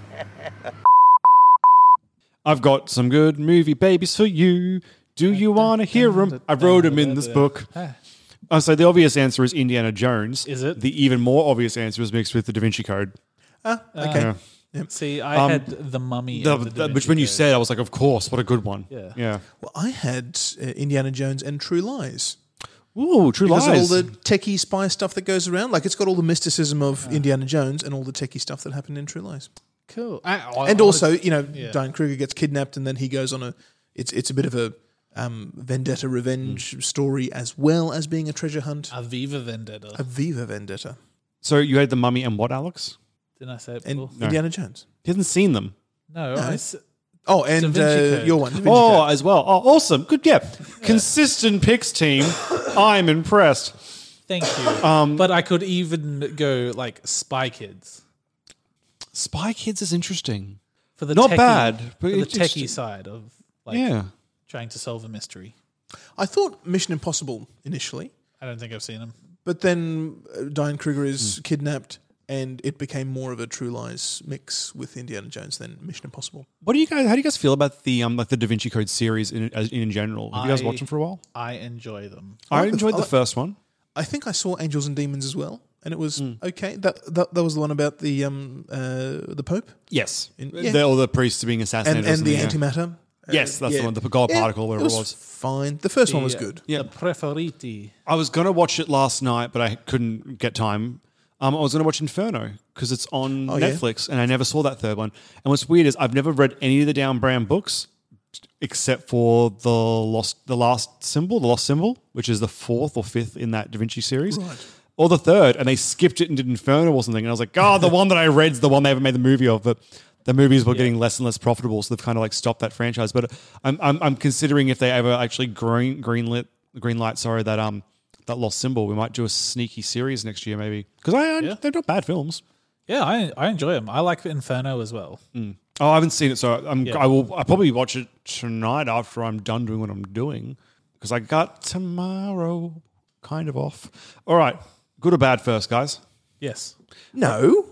Speaker 2: I've got some good movie babies for you. Do you want to hear them? I wrote them in this book. Uh, so the obvious answer is Indiana Jones. Is it? The even more obvious answer is mixed with the Da Vinci Code.
Speaker 7: Ah,
Speaker 1: Uh,
Speaker 7: okay.
Speaker 2: Yeah.
Speaker 1: See, I
Speaker 2: Um,
Speaker 1: had the mummy.
Speaker 2: The-
Speaker 1: and the Da
Speaker 2: the- which
Speaker 1: Vinci
Speaker 2: when you
Speaker 1: Code.
Speaker 2: said, I was like, of course, what a good one.
Speaker 1: Yeah.
Speaker 2: Yeah.
Speaker 7: Well, I had uh, Indiana Jones and True Lies.
Speaker 2: Ooh, True
Speaker 7: because
Speaker 2: Lies.
Speaker 7: of all the techie spy stuff that goes around. Like it's got all the mysticism of Indiana Jones and all the techie stuff that happened in True Lies.
Speaker 1: cool, I- I-
Speaker 7: and
Speaker 1: I
Speaker 7: also,
Speaker 1: was-
Speaker 7: you know,
Speaker 1: yeah.
Speaker 7: Diane Kruger gets kidnapped and then he goes on a. It's it's a bit of a um, vendetta revenge
Speaker 1: Mm.
Speaker 7: story as well as being a treasure hunt.
Speaker 1: A Viva Vendetta.
Speaker 7: A Viva vendetta.
Speaker 2: So you had the Mummy and what, Alex?
Speaker 1: Didn't I say it
Speaker 7: And
Speaker 1: before?
Speaker 7: Indiana Jones.
Speaker 2: He hasn't seen them.
Speaker 1: No.
Speaker 7: No.
Speaker 1: I s-
Speaker 7: Oh, and
Speaker 1: Da Vinci
Speaker 7: uh,
Speaker 1: Code.
Speaker 7: your one. Da Vinci
Speaker 2: Oh,
Speaker 7: Code.
Speaker 2: as well. Oh, awesome. Good. Yeah. Consistent picks team. I'm impressed.
Speaker 1: Thank you. but I could even go like Spy Kids
Speaker 2: Spy Kids is interesting.
Speaker 1: for the
Speaker 2: Not
Speaker 1: techie,
Speaker 2: bad, but
Speaker 1: for the
Speaker 2: it's just-
Speaker 1: techie side of like
Speaker 2: Yeah.
Speaker 1: trying to solve a mystery.
Speaker 7: I thought Mission Impossible initially,
Speaker 1: I don't think I've seen them.
Speaker 7: but then uh, Diane Kruger is kidnapped. And it became more of a True Lies mix with Indiana Jones than Mission Impossible.
Speaker 2: What do you guys? How do you guys feel about the um like the Da Vinci Code series in as- in general? Have you guys
Speaker 1: I-
Speaker 2: watched them for a while?
Speaker 1: I enjoy them.
Speaker 2: I,
Speaker 7: like the-
Speaker 2: enjoyed
Speaker 7: I
Speaker 2: the
Speaker 7: like-
Speaker 2: first one.
Speaker 7: I think I saw Angels and Demons as well, and it was
Speaker 2: Hmm.
Speaker 7: okay. That, that that was the one about the um uh the Pope
Speaker 2: Yes,
Speaker 7: In-
Speaker 2: The-
Speaker 7: yeah.
Speaker 2: all the priests being assassinated
Speaker 7: and, and the
Speaker 2: or something, yeah.
Speaker 7: antimatter. Uh,
Speaker 2: yes, that's
Speaker 7: yeah.
Speaker 2: the one. The God
Speaker 7: Yeah,
Speaker 2: particle, whatever it was.
Speaker 7: Fine. The first one was good.
Speaker 2: Yeah.
Speaker 1: The Preferiti.
Speaker 2: I was gonna watch it last night, but I couldn't get time. Um, I was gonna watch Inferno because it's on
Speaker 7: Oh, yeah.
Speaker 2: Netflix, and I never saw that third one. And what's weird is I've never read any of the Down Brown books, except for the lost the last symbol, the lost symbol, which is the fourth or fifth in that Da Vinci series.
Speaker 7: Right.
Speaker 2: Or the third, and they skipped it and did Inferno or something. And I was like, God, the one that I read's the one they haven't made the movie of, but the movies were getting less and less profitable, so they've kind of like stopped that franchise. But I'm I'm, I'm considering if they ever actually green greenlit greenlight, sorry, that um that lost symbol, we might do a sneaky series next year maybe because I, I- they're not bad films.
Speaker 1: Yeah, I I enjoy them. I like Inferno as well.
Speaker 2: Mm. Oh, I haven't seen it, so I'm.
Speaker 1: Yeah.
Speaker 2: I will. I probably watch it tonight after I'm done doing what I'm doing because I got tomorrow kind of off. All right, good or bad first, guys?
Speaker 1: Yes.
Speaker 7: No,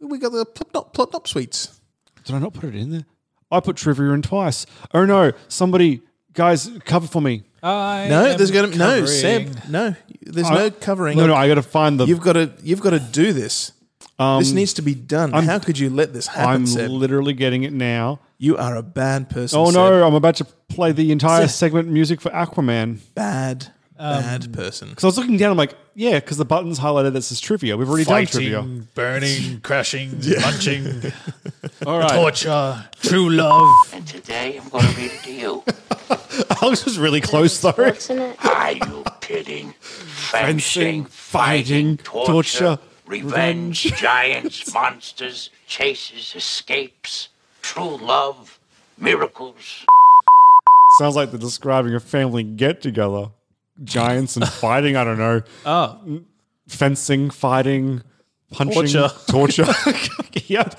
Speaker 7: we got the plop plop plop plop sweets.
Speaker 2: Did I not put it in there? I put trivia in twice. Oh no! Somebody, guys, cover for me.
Speaker 1: I
Speaker 7: no,
Speaker 1: am
Speaker 7: there's going to no
Speaker 1: covering-
Speaker 7: Seb. No, there's
Speaker 2: I-
Speaker 7: no covering.
Speaker 2: No, no, I got to find the.
Speaker 7: You've got to you've got to do this.
Speaker 2: Um,
Speaker 7: this needs to be done.
Speaker 2: I'm-
Speaker 7: How could you let this happen,
Speaker 2: I'm
Speaker 7: Seb?
Speaker 2: literally getting it now.
Speaker 7: you are a bad person.
Speaker 2: Oh
Speaker 7: Seb.
Speaker 2: no! I'm about to play the entire
Speaker 7: Seb.
Speaker 2: segment music for Aquaman.
Speaker 7: bad
Speaker 1: Um,
Speaker 7: bad person.
Speaker 2: Because I was looking down, I'm like, yeah, because the button's highlighted that says trivia. We've already
Speaker 1: Fighting,
Speaker 2: done trivia.
Speaker 1: burning, crashing,
Speaker 2: Yeah.
Speaker 1: punching,
Speaker 2: All right.
Speaker 1: torture, true love.
Speaker 6: And today I'm going to read it to you.
Speaker 2: Alex Oh, was really close, though.
Speaker 6: Are you kidding?
Speaker 2: Fencing, fighting, torture,
Speaker 6: revenge, giants, monsters, chases, escapes, true love, miracles.
Speaker 2: Sounds like they're describing a family get together. Giants and fighting, I don't know.
Speaker 1: Oh.
Speaker 2: Fencing, fighting, punching,
Speaker 1: Torture.
Speaker 2: torture. yeah.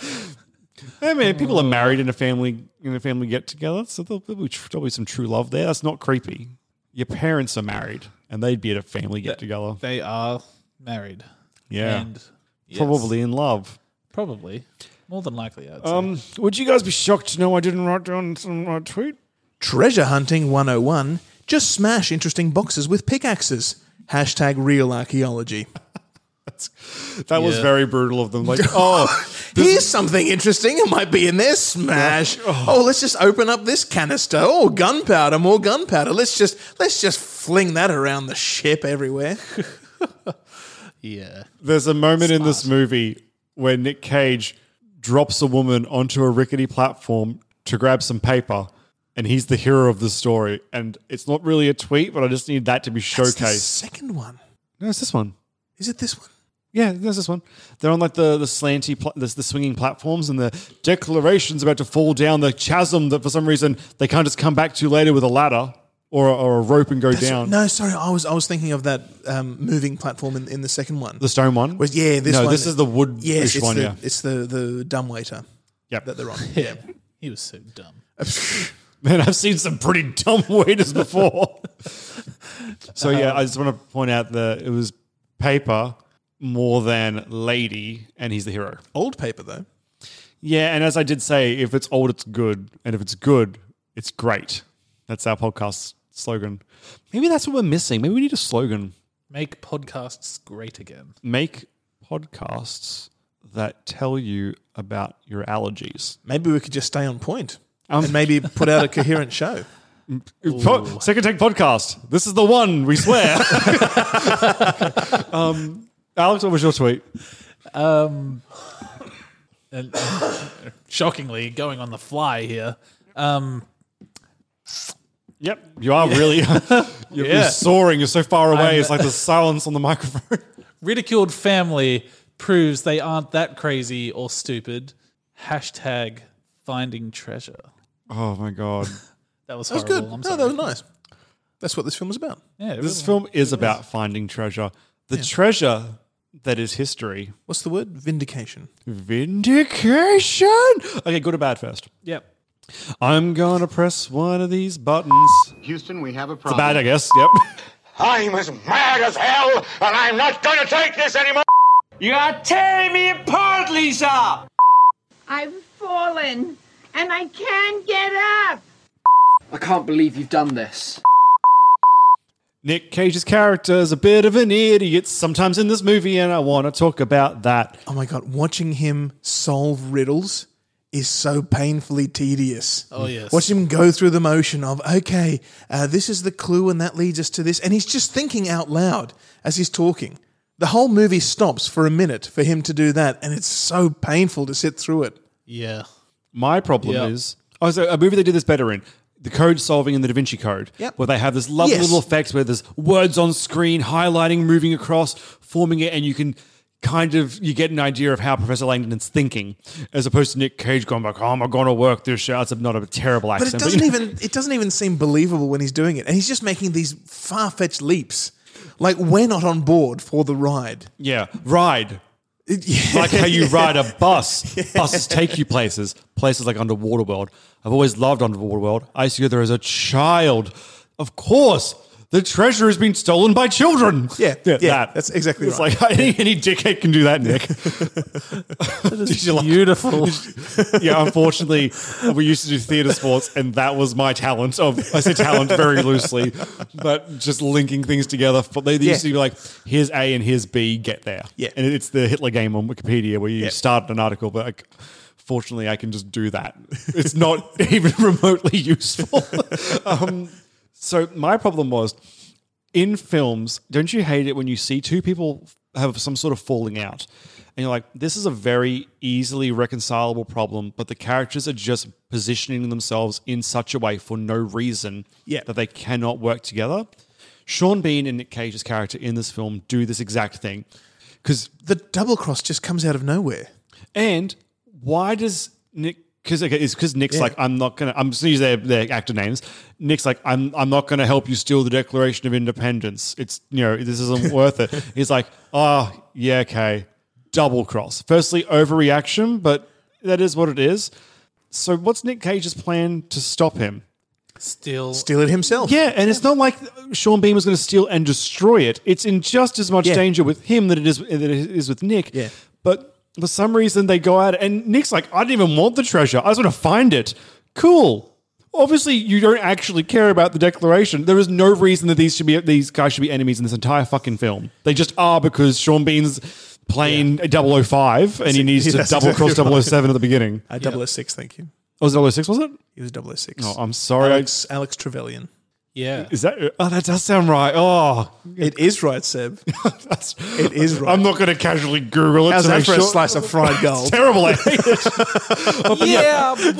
Speaker 2: I mean, people are married in a family in a family get together, so there'll, there'll be tr- there'll be some true love there. That's not creepy. Your parents are married, and they'd be at a family get together.
Speaker 1: They are married.
Speaker 2: Yeah,
Speaker 1: And yes.
Speaker 2: probably in love.
Speaker 1: Probably. More than likely, I'd say.
Speaker 2: Um, would you guys be shocked to know I didn't write down some uh, tweet?
Speaker 7: Treasure hunting 101. Just smash interesting boxes with pickaxes. Hashtag real archaeology.
Speaker 2: That was
Speaker 7: Yeah.
Speaker 2: very brutal of them. Like, oh,
Speaker 7: Here's something interesting. It might be in there. Smash. Oh, let's just open up this canister. Oh, gunpowder, more gunpowder. Let's just let's just fling that around the ship everywhere.
Speaker 1: yeah.
Speaker 2: There's a moment in this movie where Nick Cage drops a woman onto a rickety platform to grab some paper, and he's the hero of the story. And it's not really a tweet, but I just need that to be
Speaker 7: That's the
Speaker 2: showcased.
Speaker 7: second one.
Speaker 2: No, it's this one.
Speaker 7: Is it this one?
Speaker 2: Yeah, there's this one. They're on like the the slanty, pl- the, the swinging platforms, and the declaration's about to fall down the chasm that for some reason they can't just come back to later with a ladder or a, or a rope and go
Speaker 7: That's-
Speaker 2: down.
Speaker 7: No, sorry. I was I was thinking of that um, moving platform in, in the second one.
Speaker 2: The stone one?
Speaker 7: Was yeah. This
Speaker 2: no,
Speaker 7: one.
Speaker 2: this is the wood
Speaker 7: Yes, it's
Speaker 2: one.
Speaker 7: the,
Speaker 2: yeah.
Speaker 7: it's the the dumb waiter.
Speaker 2: Yep.
Speaker 7: That they're on.
Speaker 1: Yeah. He was so dumb.
Speaker 2: Man, I've seen some pretty dumb waiters before. so yeah, I just want to point out that it was paper more than lady, and he's the hero.
Speaker 7: Old paper though.
Speaker 2: Yeah, and as I did say, if it's old, it's good, and if it's good, it's great. That's our podcast slogan. Maybe that's what we're missing. Maybe we need a slogan.
Speaker 1: Make podcasts great again.
Speaker 2: Make podcasts that tell you about your allergies.
Speaker 7: Maybe we could just stay on point
Speaker 1: Um,
Speaker 7: and maybe put out a coherent show.
Speaker 2: Po- Second Take Podcast. This is the one, we swear. um, Alex, what was your tweet?
Speaker 1: Um, and- uh, shockingly, going on the fly here. Um,
Speaker 2: Yep, you are really you're, you're
Speaker 1: Yeah.
Speaker 2: soaring. You're so far away.
Speaker 1: I'm-
Speaker 2: it's like the silence on the microphone.
Speaker 1: ridiculed family proves they aren't that crazy or stupid. Hashtag finding treasure.
Speaker 2: Oh my god!
Speaker 1: That was
Speaker 7: That was
Speaker 1: horrible.
Speaker 7: good.
Speaker 1: I'm
Speaker 7: No,
Speaker 1: sorry.
Speaker 7: that was nice. That's what this film was about.
Speaker 1: Yeah, it
Speaker 2: this
Speaker 1: was-
Speaker 2: film is about finding treasure. The treasure that is history.
Speaker 7: What's the word? Vindication.
Speaker 2: Vindication. Okay, good or bad first.
Speaker 1: Yep.
Speaker 2: I'm gonna press one of these buttons.
Speaker 13: Houston, we have a
Speaker 2: It's a
Speaker 13: problem.
Speaker 2: bad, I guess. Yep.
Speaker 13: I'm as mad as hell, and I'm not going to take this anymore. You are tearing me apart, Lisa.
Speaker 14: I've fallen and I can't get up.
Speaker 15: I can't believe you've done this.
Speaker 2: Nick Cage's character is a bit of an idiot sometimes in this movie, and I want to talk about that.
Speaker 7: Oh my god, watching him solve riddles is so painfully tedious.
Speaker 1: Oh, yes.
Speaker 7: Watch him go through the motion of, okay, uh, this is the clue and that leads us to this. And he's just thinking out loud as he's talking. The whole movie stops for a minute for him to do that, and it's so painful to sit through it.
Speaker 1: Yeah.
Speaker 2: My problem
Speaker 1: Yeah.
Speaker 2: is oh, so a movie they did this better in. the code solving in the Da Vinci Code,
Speaker 7: Yep.
Speaker 2: where they have this lovely
Speaker 7: Yes.
Speaker 2: little effects where there's words on screen, highlighting, moving across, forming it, and you can kind of you get an idea of how Professor Langdon's thinking, as opposed to Nick Cage going like, "Oh, I'm gonna work this out." It's not a terrible
Speaker 7: But it
Speaker 2: accent,
Speaker 7: doesn't
Speaker 2: you know.
Speaker 7: even it doesn't even seem believable when he's doing it, and he's just making these far fetched leaps. Like we're not on board for the ride.
Speaker 2: yeah ride. Like how you ride a bus. Buses take you places, places like Underwater World. I've always loved Underwater World. I used to go there as a child. Of course, the treasure has been stolen by children.
Speaker 7: Yeah, yeah,
Speaker 2: that.
Speaker 7: that's exactly
Speaker 2: It's
Speaker 7: right.
Speaker 2: like any, any dickhead can do that, Nick. beautiful. yeah, unfortunately, we used to do theatre sports, and that was my talent. Of I say talent very loosely, but just linking things together. But they, they used to
Speaker 7: Yeah.
Speaker 2: be like, "Here's A and here's B, get there."
Speaker 7: Yeah.
Speaker 2: and it's the Hitler game on Wikipedia where you
Speaker 7: Yeah.
Speaker 2: start an article, but like, fortunately, I can just do that. It's not even remotely useful. um, so my problem was in films, don't you hate it when you see two people have some sort of falling out? And you're like, this is a very easily reconcilable problem, but the characters are just positioning themselves in such a way for no reason
Speaker 7: Yeah.
Speaker 2: that they cannot work together. Sean Bean and Nick Cage's character in this film do this exact thing. Because
Speaker 7: the double cross just comes out of nowhere.
Speaker 2: And why does Nick? Because okay, it's because Nick's
Speaker 7: Yeah.
Speaker 2: like, I'm not gonna. I'm just gonna use their, their actor names. Nick's like, I'm I'm not gonna help you steal the Declaration of Independence. It's you know this isn't worth it. He's like, oh yeah, okay, double cross. Firstly, overreaction, but that is what it is. So what's Nick Cage's plan to stop him?
Speaker 1: Still,
Speaker 7: Steal it himself.
Speaker 2: Yeah, and it's not like Sean Bean was going to steal and destroy it. It's in just as much
Speaker 7: Yeah.
Speaker 2: danger with him that it is that it is with Nick. Yeah. But for some reason they go out and Nick's like, I didn't even want the treasure. I just want to find it. Cool. Obviously, you don't actually care about the declaration. There is no reason that these should be these guys should be enemies in this entire fucking film. They just are because Sean Bean's playing a 005 and he needs to
Speaker 7: That's
Speaker 2: double cross
Speaker 7: exactly right.
Speaker 2: 007 at the beginning.
Speaker 7: Uh, 006, thank you.
Speaker 2: Oh, was it 006, was it?
Speaker 7: He was 006.
Speaker 2: Oh, I'm sorry.
Speaker 7: Alex, Alex Trevelyan.
Speaker 1: Yeah.
Speaker 2: Is that? Oh, that does sound right. Oh,
Speaker 7: it is right, Seb. it is right.
Speaker 2: I'm not going to casually Google it.
Speaker 7: How's
Speaker 2: to
Speaker 7: that
Speaker 2: make
Speaker 7: for a
Speaker 2: sure-
Speaker 7: slice of fried
Speaker 2: It's
Speaker 7: gold?
Speaker 2: terrible. I hate it. Oh, but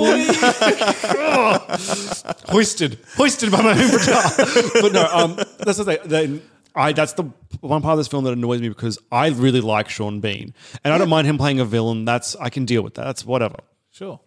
Speaker 13: boy.
Speaker 2: Oh, hoisted, hoisted by my own petard. But no, um, that's the thing. Then I that's the one part of this film that annoys me because I really like Sean Bean and I don't mind him playing a villain. That's I can deal with that. That's whatever.
Speaker 1: Sure.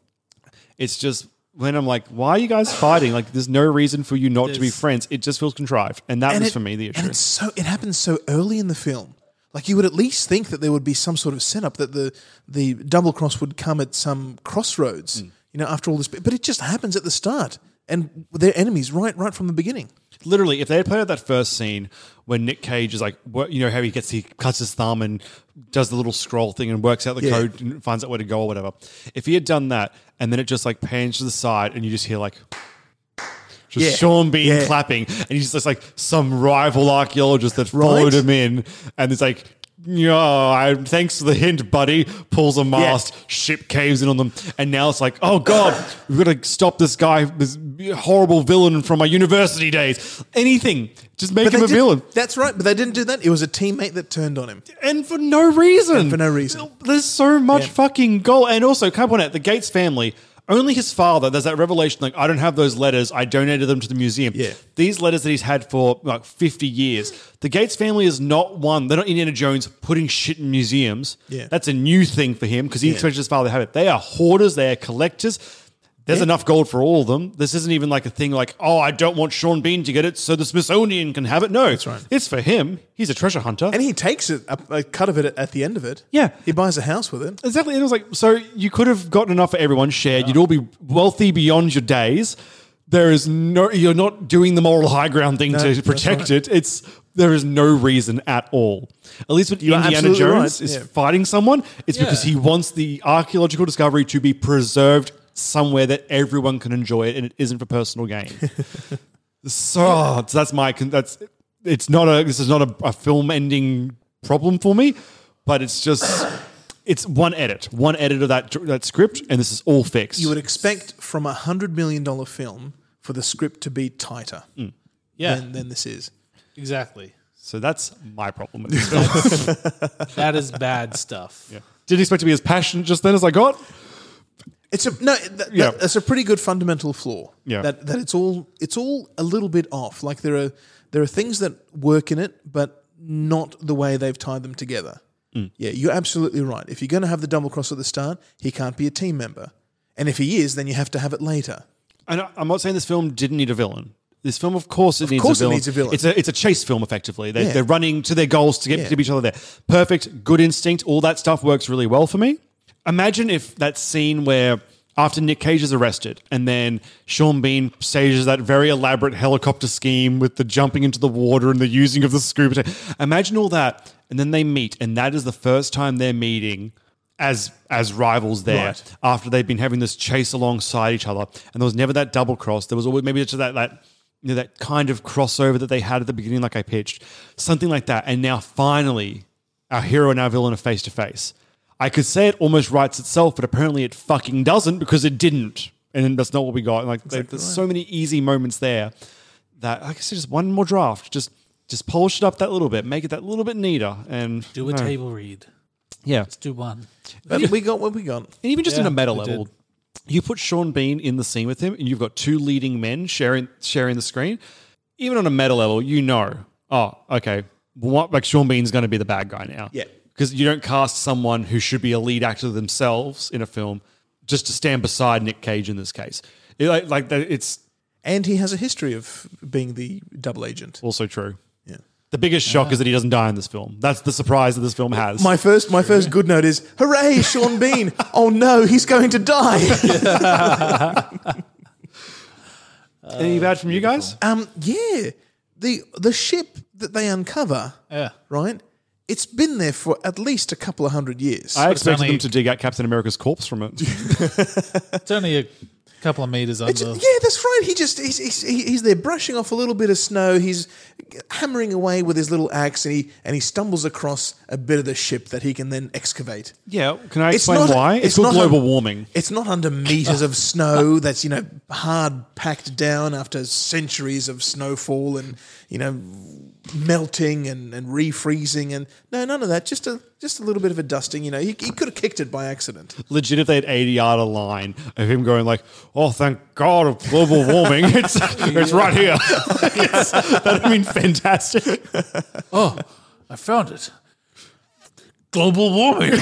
Speaker 2: It's just when I'm like, why are you guys fighting? Like, there's no reason for you not to be
Speaker 7: There's-
Speaker 2: friends. It just feels contrived, and that
Speaker 7: And
Speaker 2: was
Speaker 7: it-
Speaker 2: for me the issue.
Speaker 7: And it's so it happens so early in the film. Like you would at least think that there would be some sort of setup that the the double cross would come at some crossroads.
Speaker 2: Hmm.
Speaker 7: You know, after all this, but it just happens at the start, and they're enemies right right from the beginning.
Speaker 2: Literally, if they had played out that first scene where Nick Cage is like, wor- you know, how he gets he cuts his thumb and does the little scroll thing and works out the
Speaker 7: Yeah.
Speaker 2: code and finds out where to go or whatever. If he had done that and then it just like pans to the side and you just hear like just
Speaker 7: Yeah.
Speaker 2: Sean Bean
Speaker 7: Yeah.
Speaker 2: clapping and he's just like some rival archaeologist that followed
Speaker 7: Right.
Speaker 2: him in and it's like. Yeah, I, thanks for the hint, buddy. Pulls a mast, ship caves in on them, and now it's like, oh god, we've got to stop this guy, this horrible villain from my university days. Anything, just make
Speaker 7: But they
Speaker 2: him a
Speaker 7: did-
Speaker 2: villain,
Speaker 7: That's right, but they didn't do that. It was a teammate that turned on him.
Speaker 2: and for no reason.
Speaker 7: for no reason.
Speaker 2: There's so much
Speaker 7: Yeah.
Speaker 2: fucking gold, and also, can I point out the Gates family? Only his father. There's that revelation, like I don't have those letters. I donated them to the museum.
Speaker 7: Yeah.
Speaker 2: These letters that he's had for like 50 years. The Gates family is not one. They're not Indiana Jones putting shit in museums.
Speaker 7: Yeah.
Speaker 2: That's a new thing for him because he
Speaker 7: Yeah.
Speaker 2: expected his father to have it. They are hoarders. They are collectors. There's
Speaker 7: Yeah.
Speaker 2: enough gold for all of them. This isn't even like a thing like, oh, I don't want Sean Bean to get it so the Smithsonian can have it. No, That's right. it's for him. He's a treasure hunter.
Speaker 7: And he takes it a, a cut of it at the end of it.
Speaker 2: Yeah.
Speaker 7: he buys a house with it.
Speaker 2: Exactly. And it was like, so you could have gotten enough for everyone shared. You'd all be wealthy beyond your days. There is no, you're not doing the moral high ground thing
Speaker 7: No,
Speaker 2: to
Speaker 7: that's
Speaker 2: protect
Speaker 7: right.
Speaker 2: it. It's, there is no reason at all. At least with
Speaker 7: You are
Speaker 2: Indiana
Speaker 7: absolutely
Speaker 2: Jones
Speaker 7: right,
Speaker 2: is
Speaker 7: yeah.
Speaker 2: fighting someone, it's because
Speaker 7: Yeah.
Speaker 2: he wants the archaeological discovery to be preserved somewhere that everyone can enjoy it and it isn't for personal gain. so, oh, so that's my, con- that's, it's not a, this is not a, a film ending problem for me, but it's just, it's one edit, one edit of that that script, and this is all fixed.
Speaker 7: You would expect from a hundred million dollar film for the script to be tighter.
Speaker 2: Hmm.
Speaker 1: Yeah.
Speaker 7: than, than this is.
Speaker 1: Exactly.
Speaker 2: so that's my problem. With this film.
Speaker 1: That is bad stuff.
Speaker 2: Didn't expect to be as passionate just then as I got.
Speaker 7: It's a no. That, that-
Speaker 2: Yeah.
Speaker 7: that's a pretty good fundamental flaw.
Speaker 2: Yeah.
Speaker 7: That that it's all it's all a little bit off. Like there are there are things that work in it, but not the way they've tied them together.
Speaker 2: Mm.
Speaker 7: Yeah, you're absolutely right. If you're going to have the double cross at the start, he can't be a team member, and if he is, then you have to have it later.
Speaker 2: And I- I'm not saying this film didn't need a villain. This film, of course, it, needs,
Speaker 7: course
Speaker 2: a
Speaker 7: it
Speaker 2: villain.
Speaker 7: needs a villain.
Speaker 2: It's a it's a chase film, effectively. They,
Speaker 7: Yeah.
Speaker 2: They're running to their goals to get
Speaker 7: Yeah.
Speaker 2: to each other there. Perfect, good instinct, all that stuff works really well for me. Imagine if that scene where after Nick Cage is arrested and then Sean Bean stages that very elaborate helicopter scheme with the jumping into the water and the using of the scuba. tank. Imagine all that, and then they meet, and that is the first time they're meeting as as rivals there
Speaker 7: Right.
Speaker 2: after they've been having this chase alongside each other, and there was never that double cross. There was always maybe just that that you know, that kind of crossover that they had at the beginning, like I pitched, something like that. And now finally, our hero and our villain are face to face. I could say it almost writes itself, but apparently it fucking doesn't because it didn't, and that's not what we got. Like there- there's so many easy moments there that I guess just one more draft, just just polish it up that little bit, make it that little bit neater, and
Speaker 1: Do a
Speaker 2: no.
Speaker 1: table read.
Speaker 2: Yeah,
Speaker 1: Let's do one.
Speaker 7: But we got what we got.
Speaker 2: and even just in
Speaker 1: Yeah,
Speaker 2: a meta
Speaker 1: we did.
Speaker 2: level, you put Sean Bean in the scene with him, and you've got two leading men sharing sharing the screen. Even on a meta level, you know, oh, okay, what, like Sean Bean's going to be the bad guy now.
Speaker 7: Yeah.
Speaker 2: because you don't cast someone who should be a lead actor themselves in a film just to stand beside Nick Cage in this case. It, like, like that, it's
Speaker 7: And he has a history of being the double agent.
Speaker 2: also true.
Speaker 7: Yeah.
Speaker 2: The biggest shock is that he doesn't die in this film. That's the surprise that this film has.
Speaker 7: My first, my first good note is, hooray, Sean Bean! oh no, he's going to die.
Speaker 2: Any bad from you guys?
Speaker 7: Um, yeah, the the ship that they uncover,
Speaker 1: Yeah.
Speaker 7: right? It's been there for at least a couple of hundred years.
Speaker 2: I expected
Speaker 1: only-
Speaker 2: them to dig out Captain America's corpse from it.
Speaker 1: It's only a couple of meters
Speaker 7: It's-
Speaker 1: under.
Speaker 7: yeah, that's right. He just he's, he's he's there brushing off a little bit of snow. He's hammering away with his little axe, and he and he stumbles across a bit of the ship that he can then excavate.
Speaker 2: Yeah, can I
Speaker 7: It's
Speaker 2: explain
Speaker 7: not-
Speaker 2: why? It's,
Speaker 7: it's
Speaker 2: called
Speaker 7: not
Speaker 2: global
Speaker 7: a-
Speaker 2: warming.
Speaker 7: It's not under meters of snow that's you know hard packed down after centuries of snowfall and you know melting and, and refreezing and no none of that just a just a little bit of a dusting you know he, he could have kicked it by accident
Speaker 2: Legit, if they had 80 yard a line of him going like, "Oh, thank God of global warming, it's it's right here." Yes, That'd have been fantastic.
Speaker 1: Oh, I found it. Global warming.
Speaker 2: like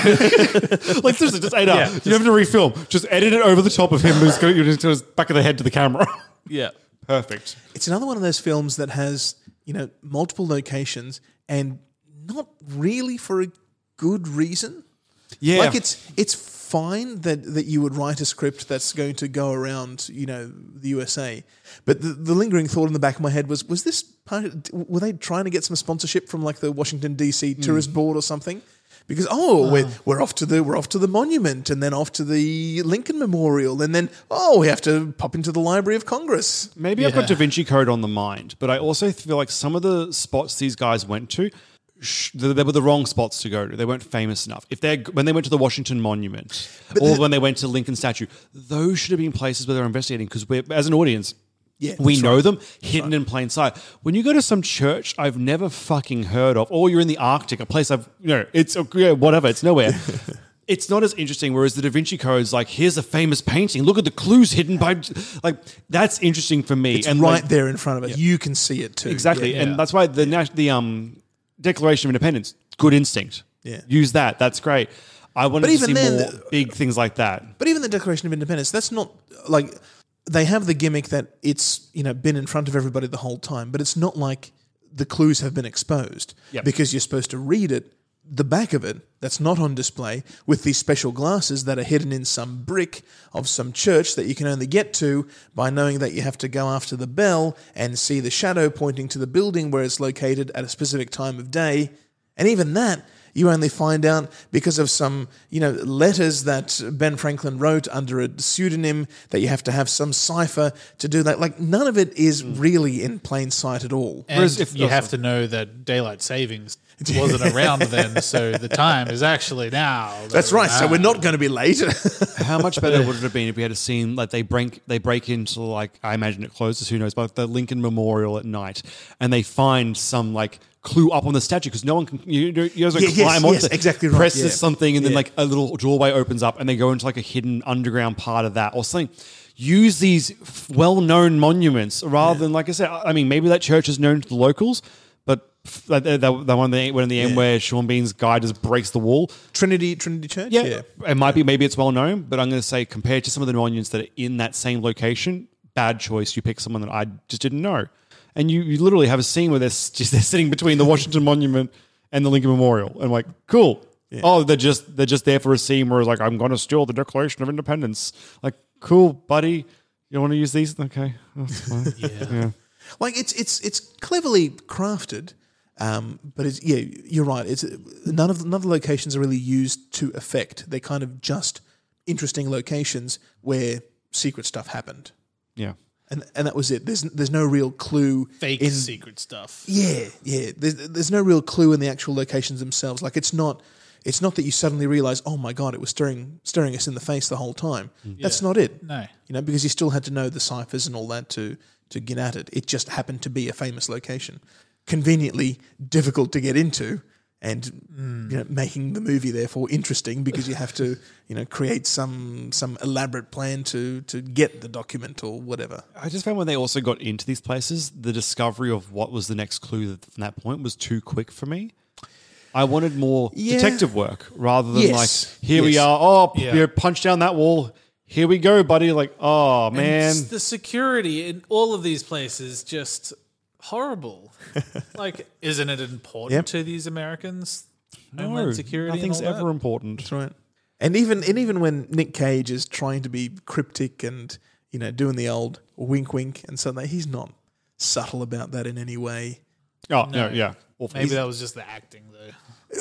Speaker 2: seriously, just eight up.
Speaker 1: Yeah,
Speaker 2: you don't have to refilm. Just edit it over the top of him. Just go, you just go back of the head to the camera.
Speaker 1: yeah.
Speaker 2: Perfect.
Speaker 7: it's another one of those films that has you know multiple locations and not really for a good reason
Speaker 2: Yeah.
Speaker 7: Like it's it's fine that that you would write a script that's going to go around, you know, the USA. But the, the lingering thought in the back of my head was was this part were they trying to get some sponsorship from like the Washington
Speaker 2: Hmm.
Speaker 7: DC tourist board or something? Because oh,
Speaker 2: Ah.
Speaker 7: we're, we're off to the we're off to the monument and then off to the Lincoln Memorial and then oh, we have to pop into the Library of Congress.
Speaker 2: Maybe I've got Da Vinci Code on the mind, but I also feel like some of the spots these guys went to, sh- they they were the wrong spots to go to. They weren't famous enough. If they when they went to the Washington Monument or when they went to Lincoln Statue, those should have been places where they're investigating because we're as an audience.
Speaker 7: Yeah,
Speaker 2: we
Speaker 7: that's
Speaker 2: know
Speaker 7: right.
Speaker 2: them hidden in plain sight. When you go to some church I've never fucking heard of, or you're in the Arctic, a place I've you know, it's yeah, whatever, it's nowhere. it's not as interesting. Whereas the Da Vinci Code's like, here's a famous painting. Look at the clues hidden by, like, that's interesting for me.
Speaker 7: It's right
Speaker 2: like,
Speaker 7: there in front of us. You can see it too.
Speaker 2: Exactly,
Speaker 7: Yeah.
Speaker 2: and that's why the nat- the um, Declaration of Independence, good instinct.
Speaker 7: Yeah.
Speaker 2: use that. That's great. I wanted
Speaker 7: But
Speaker 2: to
Speaker 7: even
Speaker 2: see
Speaker 7: then-
Speaker 2: more big things like that.
Speaker 7: But even the Declaration of Independence, that's not like they have the gimmick that it's you know been in front of everybody the whole time, but it's not like the clues have been exposed
Speaker 2: Yep.
Speaker 7: because you're supposed to read it, the back of it that's not on display with these special glasses that are hidden in some brick of some church that you can only get to by knowing that you have to go after the bell and see the shadow pointing to the building where it's located at a specific time of day. And even that, you only find out because of some, you know, letters that Ben Franklin wrote under a pseudonym that you have to have some cipher to do that. Like
Speaker 1: Hmm.
Speaker 7: none of it is really in plain sight at all.
Speaker 1: And you have to know that daylight savings wasn't around then, so the time is actually now. Ah.
Speaker 7: That's right. So we're not going to be late.
Speaker 2: How much better would it have been if we had seen like they break they break into like I imagine it closes, who knows, but the Lincoln Memorial at night, and they find some like clue up on the statue because no one can you, you you guys like
Speaker 7: Yeah, yes,
Speaker 2: climb onto
Speaker 7: yes,
Speaker 2: it,
Speaker 7: exactly right,
Speaker 2: presses
Speaker 7: yeah.
Speaker 2: something, and then
Speaker 7: Yeah.
Speaker 2: like a little doorway opens up, and they go into like a hidden underground part of that or something. Use these f- well-known monuments rather than like I said. I I mean, maybe that church is known to the locals, but f- that, that, that one, the one in the end where Sean Bean's guy just breaks the wall.
Speaker 7: Trinity Trinity Church.
Speaker 2: Yeah, it might be maybe it's well known, but I'm going to say compared to some of the monuments that are in that same location, bad choice. You pick someone that I just didn't know, and you, you literally have a scene where they're s- just they're sitting between the Washington Monument and the Lincoln Memorial, and I'm like cool. Oh, they're just they're just there for a scene where it's like I'm going to steal the Declaration of Independence. Like cool, buddy. You want to use these? Okay, that's fine. yeah.
Speaker 7: Like it's it's it's cleverly crafted, um, but it's yeah, you're right. It's none of none of the locations are really used to effect. They're kind of just interesting locations where secret stuff happened,
Speaker 2: yeah.
Speaker 7: and and that was it. There's there's no real clue
Speaker 1: Fake
Speaker 7: in-
Speaker 1: secret stuff.
Speaker 7: Yeah, yeah. There's, there's no real clue in the actual locations themselves. Like it's not it's not that you suddenly realize, oh my god, it was staring staring us in the face the whole time. That's
Speaker 1: Mm. Yeah.
Speaker 7: not it.
Speaker 1: No.
Speaker 7: you know, because you still had to know the ciphers and all that to to get at it. It just happened to be a famous location, conveniently difficult to get into. And
Speaker 1: Mm.
Speaker 7: you know, making the movie therefore interesting because you have to, you know, create some some elaborate plan to to get the document or whatever.
Speaker 2: I just found when they also got into these places, the discovery of what was the next clue that- from that point was too quick for me. I wanted more
Speaker 7: Yeah.
Speaker 2: detective work rather than
Speaker 7: Yes.
Speaker 2: like, here we
Speaker 7: Yes.
Speaker 2: are. Oh, p-
Speaker 1: Yeah.
Speaker 2: you know, punch down that wall. Here we go, buddy. Like, oh
Speaker 1: And
Speaker 2: man,
Speaker 1: s- the security in all of these places just horrible. like, isn't it important
Speaker 7: Yep.
Speaker 1: to these Americans?
Speaker 2: No,
Speaker 1: Homeland security. and
Speaker 2: nothing's
Speaker 1: all that?
Speaker 2: ever important.
Speaker 7: That's right. And even and even when Nick Cage is trying to be cryptic and you know doing the old wink wink and suddenly he's not subtle about that in any way.
Speaker 2: Oh no, yeah. Awful.
Speaker 1: Maybe that was just the acting, though.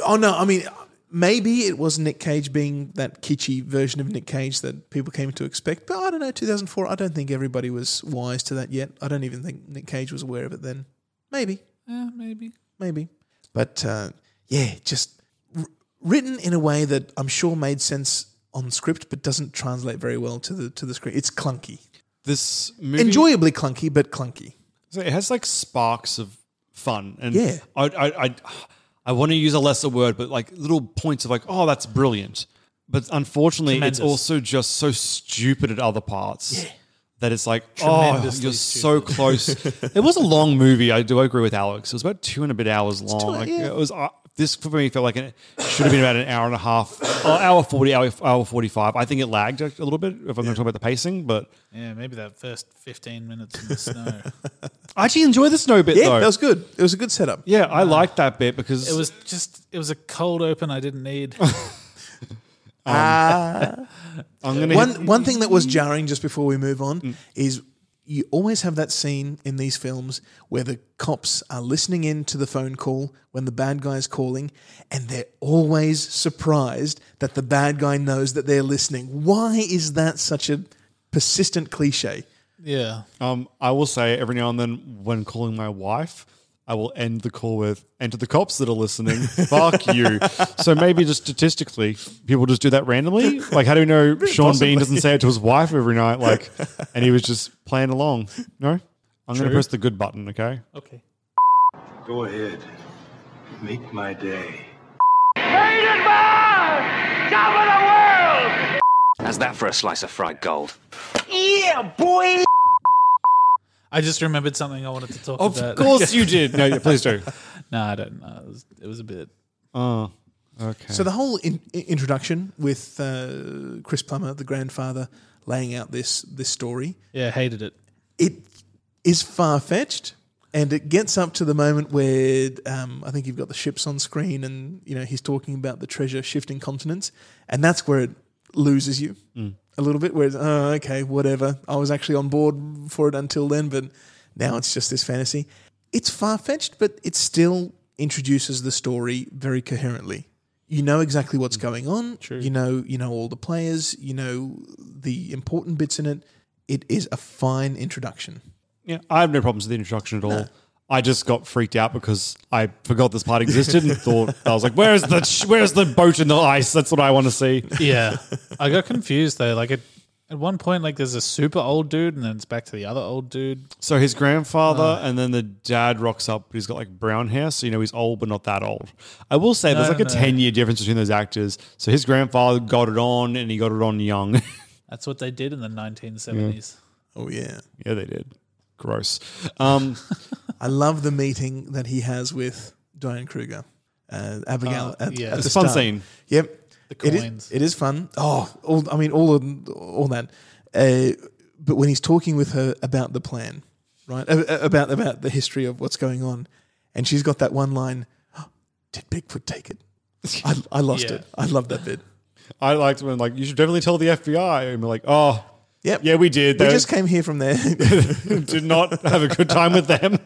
Speaker 7: Oh no, I mean maybe it was Nick Cage being that kitschy version of Nick Cage that people came to expect, but I don't know. Two thousand four, I don't think everybody was wise to that yet. I don't even think Nick Cage was aware of it then. Maybe.
Speaker 1: Yeah, maybe.
Speaker 7: maybe. But uh, yeah, just r- written in a way that I'm sure made sense on script, but doesn't translate very well to the to the screen. It's clunky,
Speaker 2: This movie
Speaker 7: enjoyably clunky, but clunky.
Speaker 2: So it has like sparks of fun, and
Speaker 7: Yeah.
Speaker 2: I, I, I, I want to use a lesser word, but like little points of like, oh, that's brilliant. But unfortunately,
Speaker 1: Tremendous.
Speaker 2: it's also just so stupid at other parts that it's like, oh,
Speaker 1: Tremendously
Speaker 2: you're so close. it was a long movie. I do agree with Alex. It was about two and a bit hours long.
Speaker 7: two-
Speaker 2: like,
Speaker 7: yeah.
Speaker 2: It was. Uh, this for me felt like it should have been about an hour and a half, or hour forty, hour, hour forty-five. I think it lagged a, a little bit. If I'm going to talk about the pacing, but
Speaker 1: Yeah, maybe that first 15 minutes in the snow.
Speaker 2: I actually enjoyed the snow bit
Speaker 7: Yeah,
Speaker 2: though.
Speaker 7: that was good. It was a good setup.
Speaker 2: yeah, I liked that bit because
Speaker 1: it was just, it was a cold open I didn't need.
Speaker 7: Ah.
Speaker 2: I'm gonna
Speaker 7: one one thing that was jarring just before we move on is you always have that scene in these films where the cops are listening in to the phone call when the bad guy is calling and they're always surprised that the bad guy knows that they're listening why is that such a persistent cliche
Speaker 1: yeah.
Speaker 2: Um, I will say every now and then when calling my wife, I will end the call with "and to the cops that are listening, fuck you." So maybe just statistically, people just do that randomly. Like, how do we know Sean
Speaker 7: Possibly.
Speaker 2: Bean doesn't say it to his wife every night? Like, and he was just playing along. No, I'm going
Speaker 1: True.
Speaker 2: to press the good button. Okay.
Speaker 1: Okay.
Speaker 3: Go ahead. Make my day.
Speaker 13: Ah!
Speaker 16: How's that for a slice of fried gold?
Speaker 13: Yeah, boy!
Speaker 1: I just remembered something I wanted to talk
Speaker 2: Of
Speaker 1: about.
Speaker 2: course you did. No, yeah, please do.
Speaker 1: no, I don't know. It was, it was a bit.
Speaker 2: Oh, okay.
Speaker 7: So the whole in, i- introduction with uh, Chris Plummer, the grandfather, laying out this this story.
Speaker 1: Yeah, hated it.
Speaker 7: It is far fetched, and it gets up to the moment where um, I think you've got the ships on screen, and you know he's talking about the treasure shifting continents, and that's where it loses you a little bit. Where it's, oh, okay, whatever. I was actually on board for it until then, but now it's just this fantasy. It's far fetched, but it still introduces the story very coherently you know exactly what's going on. You know, you know all the players. You know the important bits in it. It is a fine introduction.
Speaker 2: Yeah, I have no problems with the introduction at all. I just got freaked out because I forgot this part existed and thought I was like, "Where's the where's the boat in the ice? That's what I want to see."
Speaker 1: Yeah. I got confused though. Like at at one point, like there's a super old dude, and then it's back to the other old dude.
Speaker 2: So his grandfather and then the dad rocks up, but he's got like brown hair, so you know he's old but not that old. I will say there's
Speaker 1: No,
Speaker 2: like a
Speaker 1: no.
Speaker 2: ten year difference between those actors. So his grandfather got it on and he got it on young.
Speaker 1: That's what they did in the 1970s.
Speaker 7: Oh yeah.
Speaker 2: yeah, they did. Gross. Um,
Speaker 7: I love the meeting that he has with Diane Kruger, uh, Abigail.
Speaker 1: Oh,
Speaker 7: at,
Speaker 1: yeah.
Speaker 7: at
Speaker 1: It's
Speaker 7: the
Speaker 1: a fun
Speaker 7: start.
Speaker 2: scene.
Speaker 7: Yep,
Speaker 1: The
Speaker 7: It is-
Speaker 1: coins.
Speaker 7: it is fun. Oh, all, I mean, all of, all that. Uh, but when he's talking with her about the plan, right? a- a- About about the history of what's going on, and she's got that one line: "Oh, "Did Bigfoot take it?" I, I lost
Speaker 2: Yeah.
Speaker 7: it. I love that bit.
Speaker 2: I liked when like you should definitely tell the FBI, and we're like, "Oh,
Speaker 7: Yep.
Speaker 2: yeah, we did.
Speaker 7: We
Speaker 2: They-
Speaker 7: just came here from there.
Speaker 2: did not have a good time with them.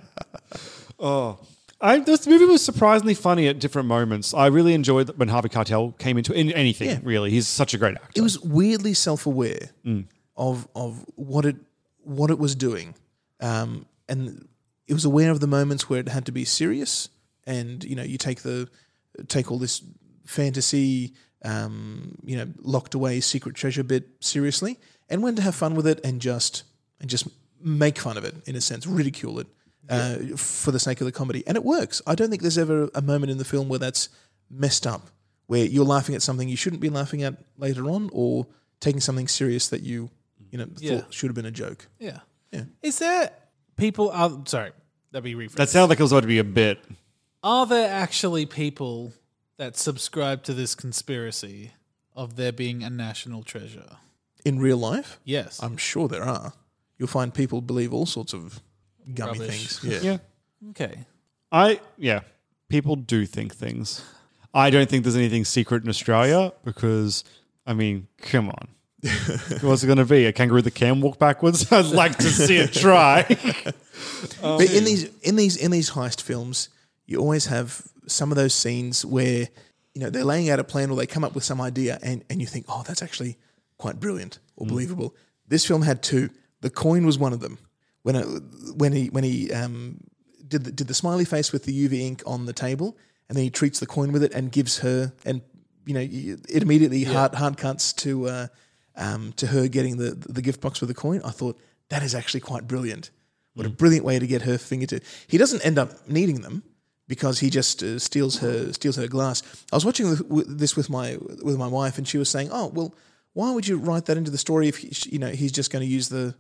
Speaker 2: Oh, I, this movie was surprisingly funny at different moments. I really enjoyed when Harvey Cartel came into in anything.
Speaker 7: Yeah.
Speaker 2: Really, he's such a great actor.
Speaker 7: It was weirdly self-aware
Speaker 2: Mm.
Speaker 7: of of what it what it was doing, um, and it was aware of the moments where it had to be serious. And you know, you take the take all this fantasy, um, you know, locked away secret treasure bit seriously, and when to have fun with it and just and just make fun of it in a sense, ridicule it. Uh, for the sake of the comedy, and it works. I don't think there's ever a moment in the film where that's messed up where you're laughing at something you shouldn't be laughing at later on or taking something serious that you you know
Speaker 1: Yeah.
Speaker 7: thought should have been a joke
Speaker 1: Yeah.
Speaker 7: Yeah.
Speaker 1: Is there people? Are, sorry, that'd be rephrased.
Speaker 2: That sounded like it was about to be a bit.
Speaker 1: Are there actually people that subscribe to this conspiracy of there being a national treasure?
Speaker 7: in real life
Speaker 1: Yes.
Speaker 7: i'm sure there are you'll find people believe all sorts of gummy
Speaker 1: Rubbish.
Speaker 7: things yeah,
Speaker 2: Yeah.
Speaker 1: Okay.
Speaker 2: I yeah, people do think things. I don't think there's anything secret in Australia because I mean, come on. What's it going to be? A kangaroo that can walk backwards? I'd like to see it try.
Speaker 7: but in these in these in these heist films you always have some of those scenes where you know they're laying out a plan or they come up with some idea and and you think oh that's actually quite brilliant or
Speaker 4: Mm.
Speaker 7: believable this film had two the coin was one of them when it, when he when he um, did the, did the smiley face with the UV ink on the table, and then he treats the coin with it and gives her, and you know, y- it immediately hard hard cuts to uh, um, to her getting the the gift box with the coin. I thought that is actually quite brilliant. What a brilliant way to get her finger to. He doesn't end up needing them because he just uh, steals her steals her glass. I was watching with- with- this with my with my wife, and she was saying, "Oh well, why would you write that into the story if he, you know he's just going to use the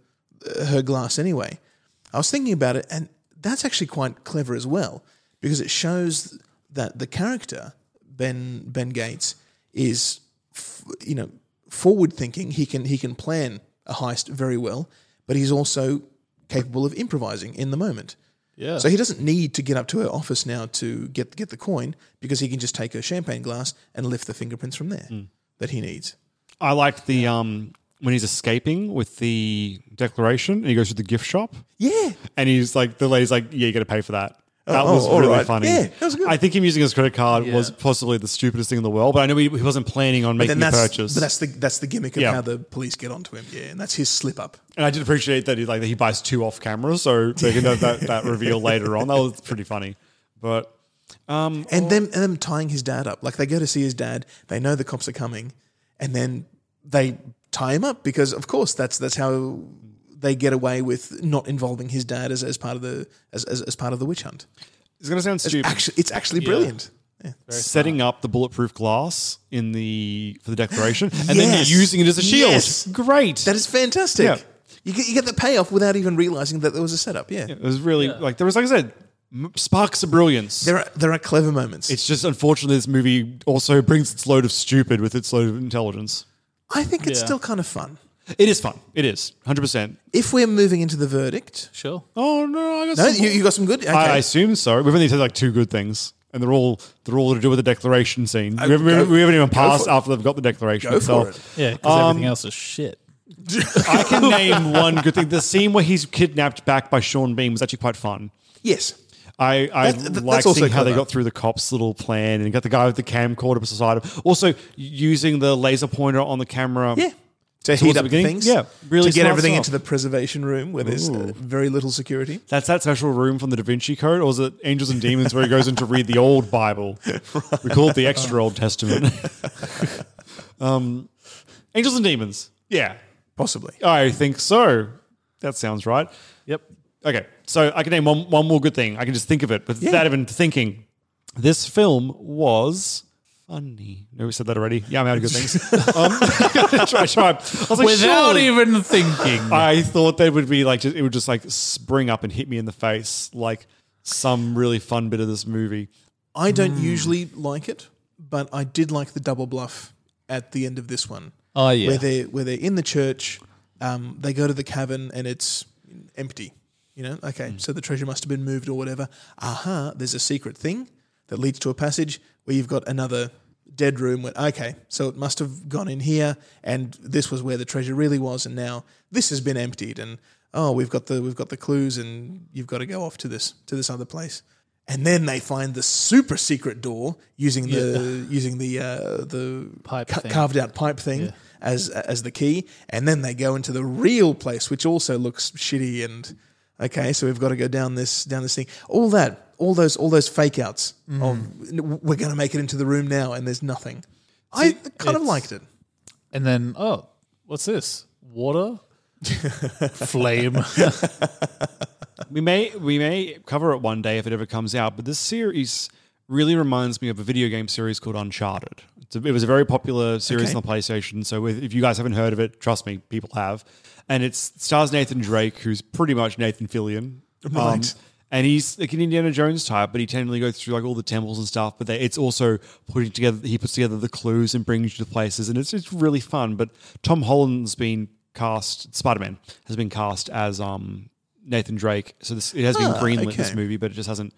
Speaker 7: uh, her glass anyway?" I was thinking about it, and that's actually quite clever as well because it shows that the character Ben Ben Gates is, f- you know, forward thinking. He can he can plan a heist very well, but he's also capable of improvising in the moment.
Speaker 1: Yeah.
Speaker 7: So he doesn't need to get up to her office now to get get the coin because he can just take her champagne glass and lift the fingerprints from there
Speaker 2: Hmm.
Speaker 7: that he needs.
Speaker 2: I liked the um when he's escaping with the declaration and he goes to the gift shop.
Speaker 7: Yeah.
Speaker 2: And he's like the lady's like, Yeah, you gotta pay for that.
Speaker 7: Oh,
Speaker 2: That
Speaker 7: oh,
Speaker 2: was
Speaker 7: all
Speaker 2: really
Speaker 7: right.
Speaker 2: funny.
Speaker 7: Yeah, that was good.
Speaker 2: I think him using his credit card was possibly the stupidest thing in the world, but I know he, he wasn't planning on
Speaker 7: But
Speaker 2: making
Speaker 7: then
Speaker 2: the
Speaker 7: that's
Speaker 2: purchase.
Speaker 7: but that's the that's the gimmick of
Speaker 2: Yeah.
Speaker 7: how the police get onto him. Yeah, and that's his slip up.
Speaker 2: and I did appreciate that he like that he buys two off camera, so they can have that, that reveal later on. That was pretty funny. But um,
Speaker 7: and them and them tying his dad up. Like they go to see his dad, they know the cops are coming, and then they tie him up because of course that's that's how they get away with not involving his dad as, as part of the as, as, as part of the witch hunt.
Speaker 2: It's gonna sound stupid.
Speaker 7: Actually, it's actually
Speaker 2: Yeah.
Speaker 7: brilliant. Yeah.
Speaker 2: setting up the bulletproof glass in the for the declaration and then they're
Speaker 7: Yes.
Speaker 2: using it as a shield.
Speaker 7: Yes.
Speaker 2: Great.
Speaker 7: That is fantastic.
Speaker 2: Yeah.
Speaker 7: You get you get the payoff without even realizing that there was a setup. Yeah.
Speaker 2: It was really like there was like I said, m- sparks of brilliance. There
Speaker 7: are there are clever moments.
Speaker 2: It's just unfortunately this movie also brings its load of stupid with its load of intelligence.
Speaker 7: I think it's
Speaker 2: Yeah.
Speaker 7: still kind of fun.
Speaker 2: It is fun. It is hundred percent.
Speaker 7: If we're moving into the verdict,
Speaker 1: sure.
Speaker 2: Oh no, I got
Speaker 7: No,
Speaker 2: some
Speaker 7: you, you got some good. Okay.
Speaker 2: I assume so. We've only said like two good things, and they're all they're all to do with the declaration scene.
Speaker 7: Oh,
Speaker 2: we, haven't, we
Speaker 7: go-
Speaker 2: haven't- we haven't even
Speaker 7: go
Speaker 2: passed
Speaker 7: for it.
Speaker 2: after they've got the declaration.
Speaker 7: Go
Speaker 2: so,
Speaker 7: for it.
Speaker 1: Yeah, because
Speaker 2: Um,
Speaker 1: everything else is shit.
Speaker 2: I can name one good thing. The scene where he's kidnapped back by Sean Bean was actually quite fun.
Speaker 7: yes.
Speaker 2: I, I
Speaker 7: That- that-
Speaker 2: like
Speaker 7: that's also
Speaker 2: seeing how they
Speaker 7: clever.
Speaker 2: got through the cops' little plan and got the guy with the camcorder beside him. Also, using the laser pointer on the camera.
Speaker 7: Yeah. Um, to
Speaker 2: towards
Speaker 7: heat
Speaker 2: the
Speaker 7: up
Speaker 2: beginning.
Speaker 7: things.
Speaker 2: Yeah, really
Speaker 7: to get
Speaker 2: smart
Speaker 7: everything
Speaker 2: stuff.
Speaker 7: into the preservation room where there's uh,
Speaker 2: Ooh.
Speaker 7: very little security.
Speaker 2: That's that special room from the Da Vinci Code, or is it Angels and Demons where he goes in to read the old Bible? We call it the extra Old Testament. um, Angels and Demons. Yeah.
Speaker 7: Possibly.
Speaker 2: I think so. That sounds right.
Speaker 1: Yep.
Speaker 2: Okay. So I can name one, one more good thing. I can just think of it, but without even thinking. This film was funny. No, we said that already. Yeah, I'm out of good things. um, try, try. I was like,
Speaker 1: Without
Speaker 2: surely-
Speaker 1: even thinking.
Speaker 2: I thought they would be like just, it would just like spring up and hit me in the face like some really fun bit of this movie.
Speaker 7: I don't
Speaker 1: Hmm.
Speaker 7: usually like it, but I did like the double bluff at the end of this one.
Speaker 1: Oh, yeah.
Speaker 7: where they where they're in the church, um, they go to the cavern and it's empty. You know, okay,
Speaker 1: Hmm.
Speaker 7: so the treasure must have been moved or whatever. Aha, there's a secret thing that leads to a passage where you've got another dead room. Where, okay, so it must have gone in here, and this was where the treasure really was, and now this has been emptied, and oh, we've got the we've got the clues, and you've got to go off to this to this other place. And then they find the super secret door using the using the uh, the ca-
Speaker 1: thing.
Speaker 7: carved out pipe thing as as the key, and then they go into the real place, which also looks shitty. And okay, so we've got to go down this down this thing. All that, all those all those fake outs of "N- we're going to make it into the room now, and there's nothing. I kind of
Speaker 1: it's-
Speaker 7: liked it.
Speaker 1: And then, oh, what's this? Water? Flame.
Speaker 2: we may we may cover it one day if it ever comes out. But this series really reminds me of a video game series called Uncharted. It's a- it was a very popular series
Speaker 7: Okay.
Speaker 2: on the PlayStation. So if if you guys haven't heard of it, trust me, people have. And it stars Nathan Drake, who's pretty much Nathan Fillion, Um,
Speaker 7: Right.
Speaker 2: and he's like an Indiana Jones type, but he tended goes through like all the temples and stuff. But they, it's also putting together. He puts together the clues and brings you to places, and it's it's really fun. But Tom Holland's been cast. Spider Man has been cast as um Nathan Drake, so this it has been
Speaker 7: Ah,
Speaker 2: greenlit this
Speaker 7: okay.
Speaker 2: movie, but it just hasn't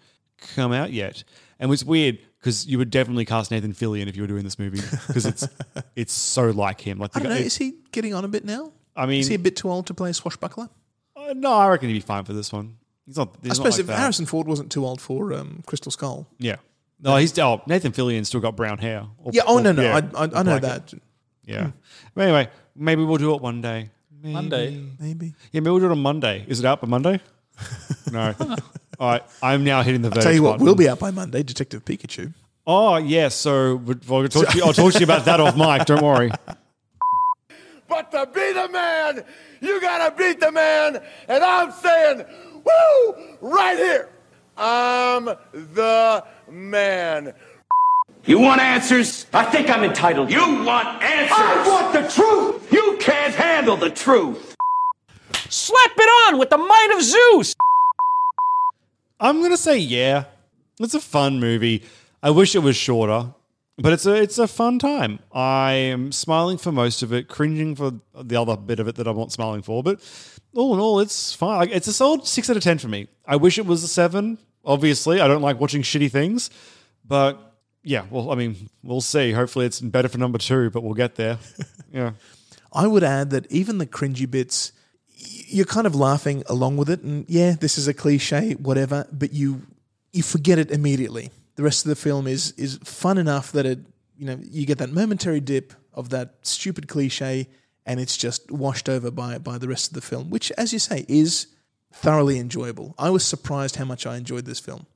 Speaker 2: come out yet. And it's weird because you would definitely cast Nathan Fillion if you were doing this movie because it's it's so like him. Like
Speaker 7: I
Speaker 2: the
Speaker 7: don't know.
Speaker 2: guy,
Speaker 7: Is he getting on a bit now?
Speaker 2: I mean-
Speaker 7: is he a bit too old to play a swashbuckler?
Speaker 2: Uh, no, I reckon he'd be fine for this one. He's not. He's
Speaker 7: I suppose
Speaker 2: not like
Speaker 7: if
Speaker 2: that.
Speaker 7: Harrison Ford wasn't too old for um, Crystal Skull.
Speaker 2: Yeah. No, he's oh, Nathan Fillion's still got brown hair. Or-
Speaker 7: Yeah. Oh
Speaker 2: or-
Speaker 7: no, no.
Speaker 2: yeah,
Speaker 7: I, I, I
Speaker 2: or
Speaker 7: know
Speaker 2: black hair.
Speaker 7: that.
Speaker 2: Yeah. But anyway, maybe we'll do it one day.
Speaker 1: Monday.
Speaker 7: Maybe.
Speaker 2: Yeah, maybe we'll do it on Monday. Is it out by Monday? No. All right. I'm now hitting the.
Speaker 7: I'll tell
Speaker 2: verdict
Speaker 7: you what,
Speaker 2: button.
Speaker 7: we'll be out by Monday. Detective Pikachu.
Speaker 2: Oh yeah. So we- we'll talk to you, I'll talk to you about that off mic. Don't worry.
Speaker 13: But to be the man, you gotta beat the man. And I'm saying, woo, right here. I'm the man.
Speaker 16: You want answers? I think I'm entitled. You want answers? I want the truth! You can't handle the truth!
Speaker 17: Slap it on with the might of Zeus!
Speaker 2: I'm gonna say yeah. It's a fun movie. I wish it was shorter, but it's a it's a fun time. I am smiling for most of it, cringing for the other bit of it that I'm not smiling for. But all in all, it's fine. Like, It's a solid six out of ten for me. I wish it was a seven. Obviously, I don't like watching shitty things, but yeah. Well, I mean, we'll see. Hopefully, it's better for number two, but we'll get there. yeah.
Speaker 7: I would add that even the cringy bits, y- you're kind of laughing along with it, and yeah, this is a cliche, whatever, but you you forget it immediately. The rest of the film is is fun enough that it you know you get that momentary dip of that stupid cliche, and it's just washed over by by the rest of the film, which, as you say, is thoroughly enjoyable. I was surprised how much I enjoyed this film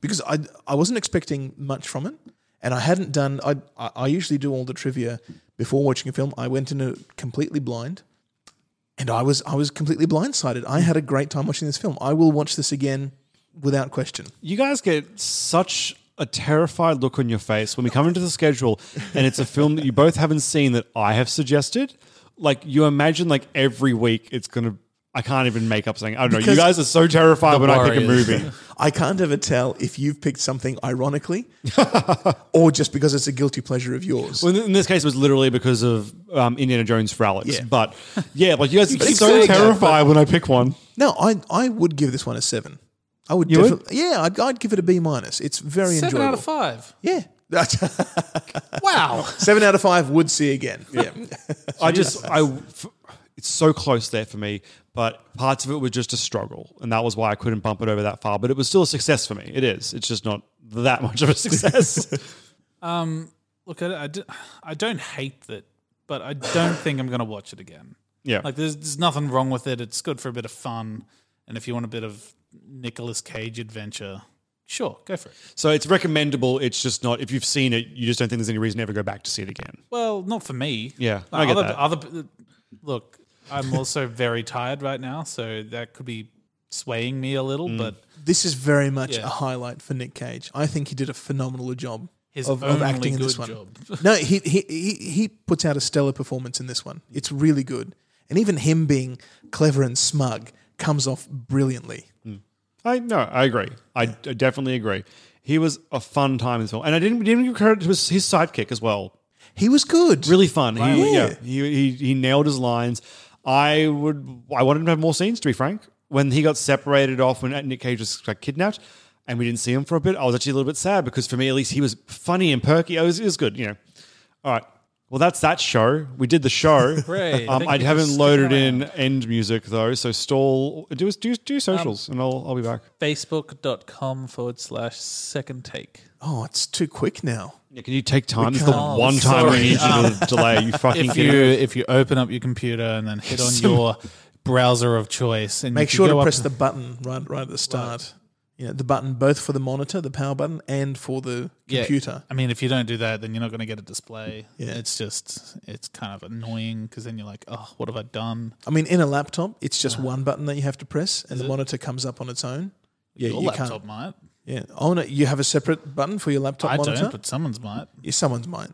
Speaker 7: because I I wasn't expecting much from it, and I hadn't done. I I I usually do all the trivia before watching a film. I went in it completely blind, and I was I was completely blindsided. I had a great time watching this film. I will watch this again without question.
Speaker 2: You guys get such a terrified look on your face when we come into the schedule and it's a film that you both haven't seen that I have suggested. Like you imagine like every week it's gonna I can't even make up something. I don't know. You
Speaker 7: Because-
Speaker 2: guys are so terrified when I pick a
Speaker 7: Warriors.
Speaker 2: movie.
Speaker 7: I can't ever tell if you've picked something ironically or just because it's a guilty pleasure of yours.
Speaker 2: Well, in this case, it was literally because of um, Indiana Jones frolics.
Speaker 7: Yeah.
Speaker 2: But yeah, like you guys
Speaker 7: You
Speaker 2: are
Speaker 7: keep
Speaker 2: so
Speaker 7: saying that,
Speaker 2: terrified when I pick one.
Speaker 7: No, I I would give this one a seven. I would,
Speaker 2: You would?
Speaker 7: definitely, yeah, I'd, I'd give it a B minus. It's very
Speaker 1: Seven
Speaker 7: enjoyable.
Speaker 1: out of five.
Speaker 7: Yeah.
Speaker 1: wow.
Speaker 7: Seven out of five would see again. Yeah.
Speaker 2: I just I f- it's so close there for me, but parts of it were just a struggle, and that was why I couldn't bump it over that far. But it was still a success for me. It is. It's just not that much of a success.
Speaker 1: Um, look, I, I, d- I don't hate that but I don't think I'm going to watch it again.
Speaker 2: Yeah.
Speaker 1: Like there's, there's nothing wrong with it. It's good for a bit of fun. And if you want a bit of Nicolas Cage adventure, sure, go for it.
Speaker 2: So it's recommendable. It's just not, if you've seen it, you just don't think there's any reason to ever go back to see it again.
Speaker 1: Well, not for me.
Speaker 2: Yeah,
Speaker 1: Like,
Speaker 2: I get
Speaker 1: other,
Speaker 2: that.
Speaker 1: Other, look, I'm also very tired right now, so that could be swaying me a little. But
Speaker 7: this is very much
Speaker 1: Yeah.
Speaker 7: a highlight for Nick Cage. I think he did a phenomenal job
Speaker 1: His
Speaker 7: of, of
Speaker 1: only
Speaker 7: acting in this
Speaker 1: good
Speaker 7: one.
Speaker 1: job.
Speaker 7: no, he, he he he puts out a stellar performance in this one. It's really good, and even him being clever and smug comes off brilliantly.
Speaker 2: I no, I agree. I, d- definitely agree. He was a fun time in this film, and I didn't didn't give credit to his, his sidekick as well.
Speaker 7: He was good,
Speaker 2: really fun. He,
Speaker 1: Wow.
Speaker 2: yeah,
Speaker 1: Yeah.
Speaker 2: he, he he nailed his lines. I would, I wanted him to have more scenes. To be frank, when he got separated off, when Nick Cage was like, kidnapped, and we didn't see him for a bit, I was actually a little bit sad because for me, at least, he was funny and perky. It was, it was good, you know. All right. Well, that's that show. We did the show.
Speaker 1: Great. I
Speaker 2: Um,
Speaker 1: think
Speaker 2: I
Speaker 1: we
Speaker 2: haven't
Speaker 1: just
Speaker 2: loaded
Speaker 1: stick it
Speaker 2: in end music though, so stall. Do do do
Speaker 1: Um,
Speaker 2: socials, and I'll I'll be back.
Speaker 1: Facebook.com forward slash second take.
Speaker 7: Oh, it's too quick now.
Speaker 2: Yeah, can you take time? This is the
Speaker 1: Oh,
Speaker 2: one time we
Speaker 1: sorry.
Speaker 2: need you to
Speaker 1: Um,
Speaker 2: delay. You fucking
Speaker 1: if
Speaker 2: get
Speaker 1: you
Speaker 2: it.
Speaker 1: if you open up your computer and then hit on
Speaker 7: Some-
Speaker 1: your browser of choice and
Speaker 7: Make
Speaker 1: you
Speaker 7: sure
Speaker 1: go
Speaker 7: to
Speaker 1: up-
Speaker 7: press the button right right at the start. You know, the button both for the monitor, the power button, and for the
Speaker 1: Yeah.
Speaker 7: computer.
Speaker 1: I mean, if you don't do that, then you're not going to get a display.
Speaker 7: Yeah.
Speaker 1: It's just it's kind of annoying because then you're like, oh, what have I done? Uh-huh.
Speaker 7: I mean, in a laptop, it's just one button that you have to press, and
Speaker 1: Is
Speaker 7: the
Speaker 1: it?
Speaker 7: monitor comes up on its own.
Speaker 1: Your laptop might.
Speaker 7: Yeah. Oh no, you have a separate button for your laptop
Speaker 1: I
Speaker 7: monitor.
Speaker 1: don't, but someone's might.
Speaker 7: Yeah, someone's might.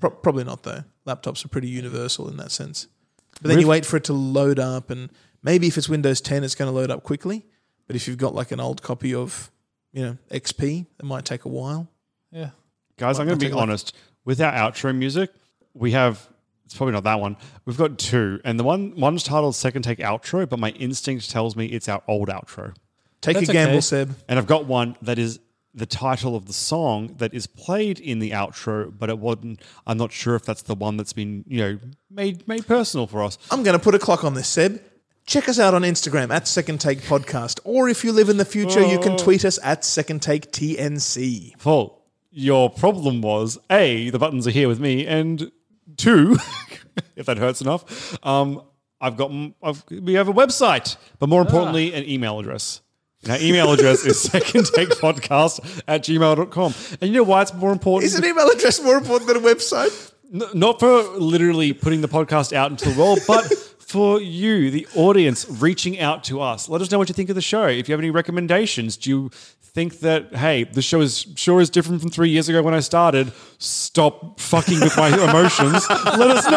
Speaker 7: Pro- probably not though. Laptops are pretty universal in that sense. But then
Speaker 1: We've-
Speaker 7: you wait for it to load up, and maybe if it's Windows 10, it's going to load up quickly. But if you've got like an old copy of, you know, XP, it might take a while.
Speaker 1: Yeah.
Speaker 2: Guys, I'm going to be
Speaker 7: Take a look.
Speaker 2: honest. With our outro music, we have it's probably not that one. We've got two, and the one one's titled "Second Take Outro," but my instinct tells me it's our old outro.
Speaker 7: Take
Speaker 1: That's
Speaker 7: a gamble,
Speaker 1: okay.
Speaker 7: Seb.
Speaker 2: And I've got one that is the title of the song that is played in the outro, but it wasn't. I'm not sure if that's the one that's been you know made made personal for us.
Speaker 7: I'm going to put a clock on this, Seb. Check us out on Instagram at Second Take Podcast, or if you live in the future, you can
Speaker 2: Oh.
Speaker 7: tweet us at Second Take TNC.
Speaker 2: Paul, your problem was A, the buttons are here with me, and two, if that hurts enough, um, I've got I've, we have a website, but more importantly, an email address. And our email address is secondtakepodcast at gmail.com. And you know why it's more important?
Speaker 7: Is an email address more important than a website?
Speaker 2: N- not for literally putting the podcast out into the world, but for you, the audience, reaching out to us. Let us know what you think of the show. If you have any recommendations, do you think that hey, the show is sure is different from three years ago when I started? Stop fucking with my emotions. Let us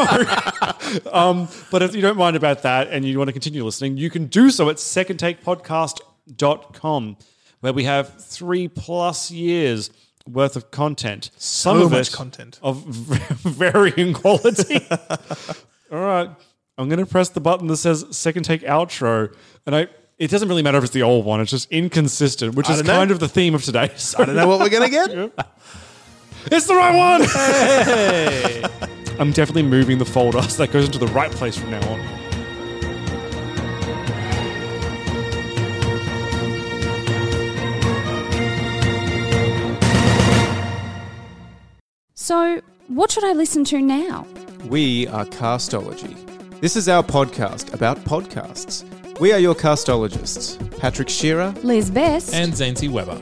Speaker 2: know. um, but if you don't mind about that and you want to continue listening, you can do so at secondtakepodcast.com, where we have three plus years worth of content. So
Speaker 7: much content.
Speaker 2: of varying quality. All right, I'm gonna press the button that says second take outro, and I. It doesn't really matter if it's the old one; it's just inconsistent, which
Speaker 7: I
Speaker 2: is
Speaker 7: don't know.
Speaker 2: kind of the theme of today. So-
Speaker 7: I don't know what we're going to get.
Speaker 2: It's the right one. I'm definitely moving the folder so that goes into the right place from now on.
Speaker 18: So, what should I listen to now?
Speaker 19: We are Castology. This is our podcast about podcasts. We are your castologists, Patrick Shearer
Speaker 18: Liz Best.
Speaker 19: and Zancy Weber.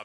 Speaker 20: A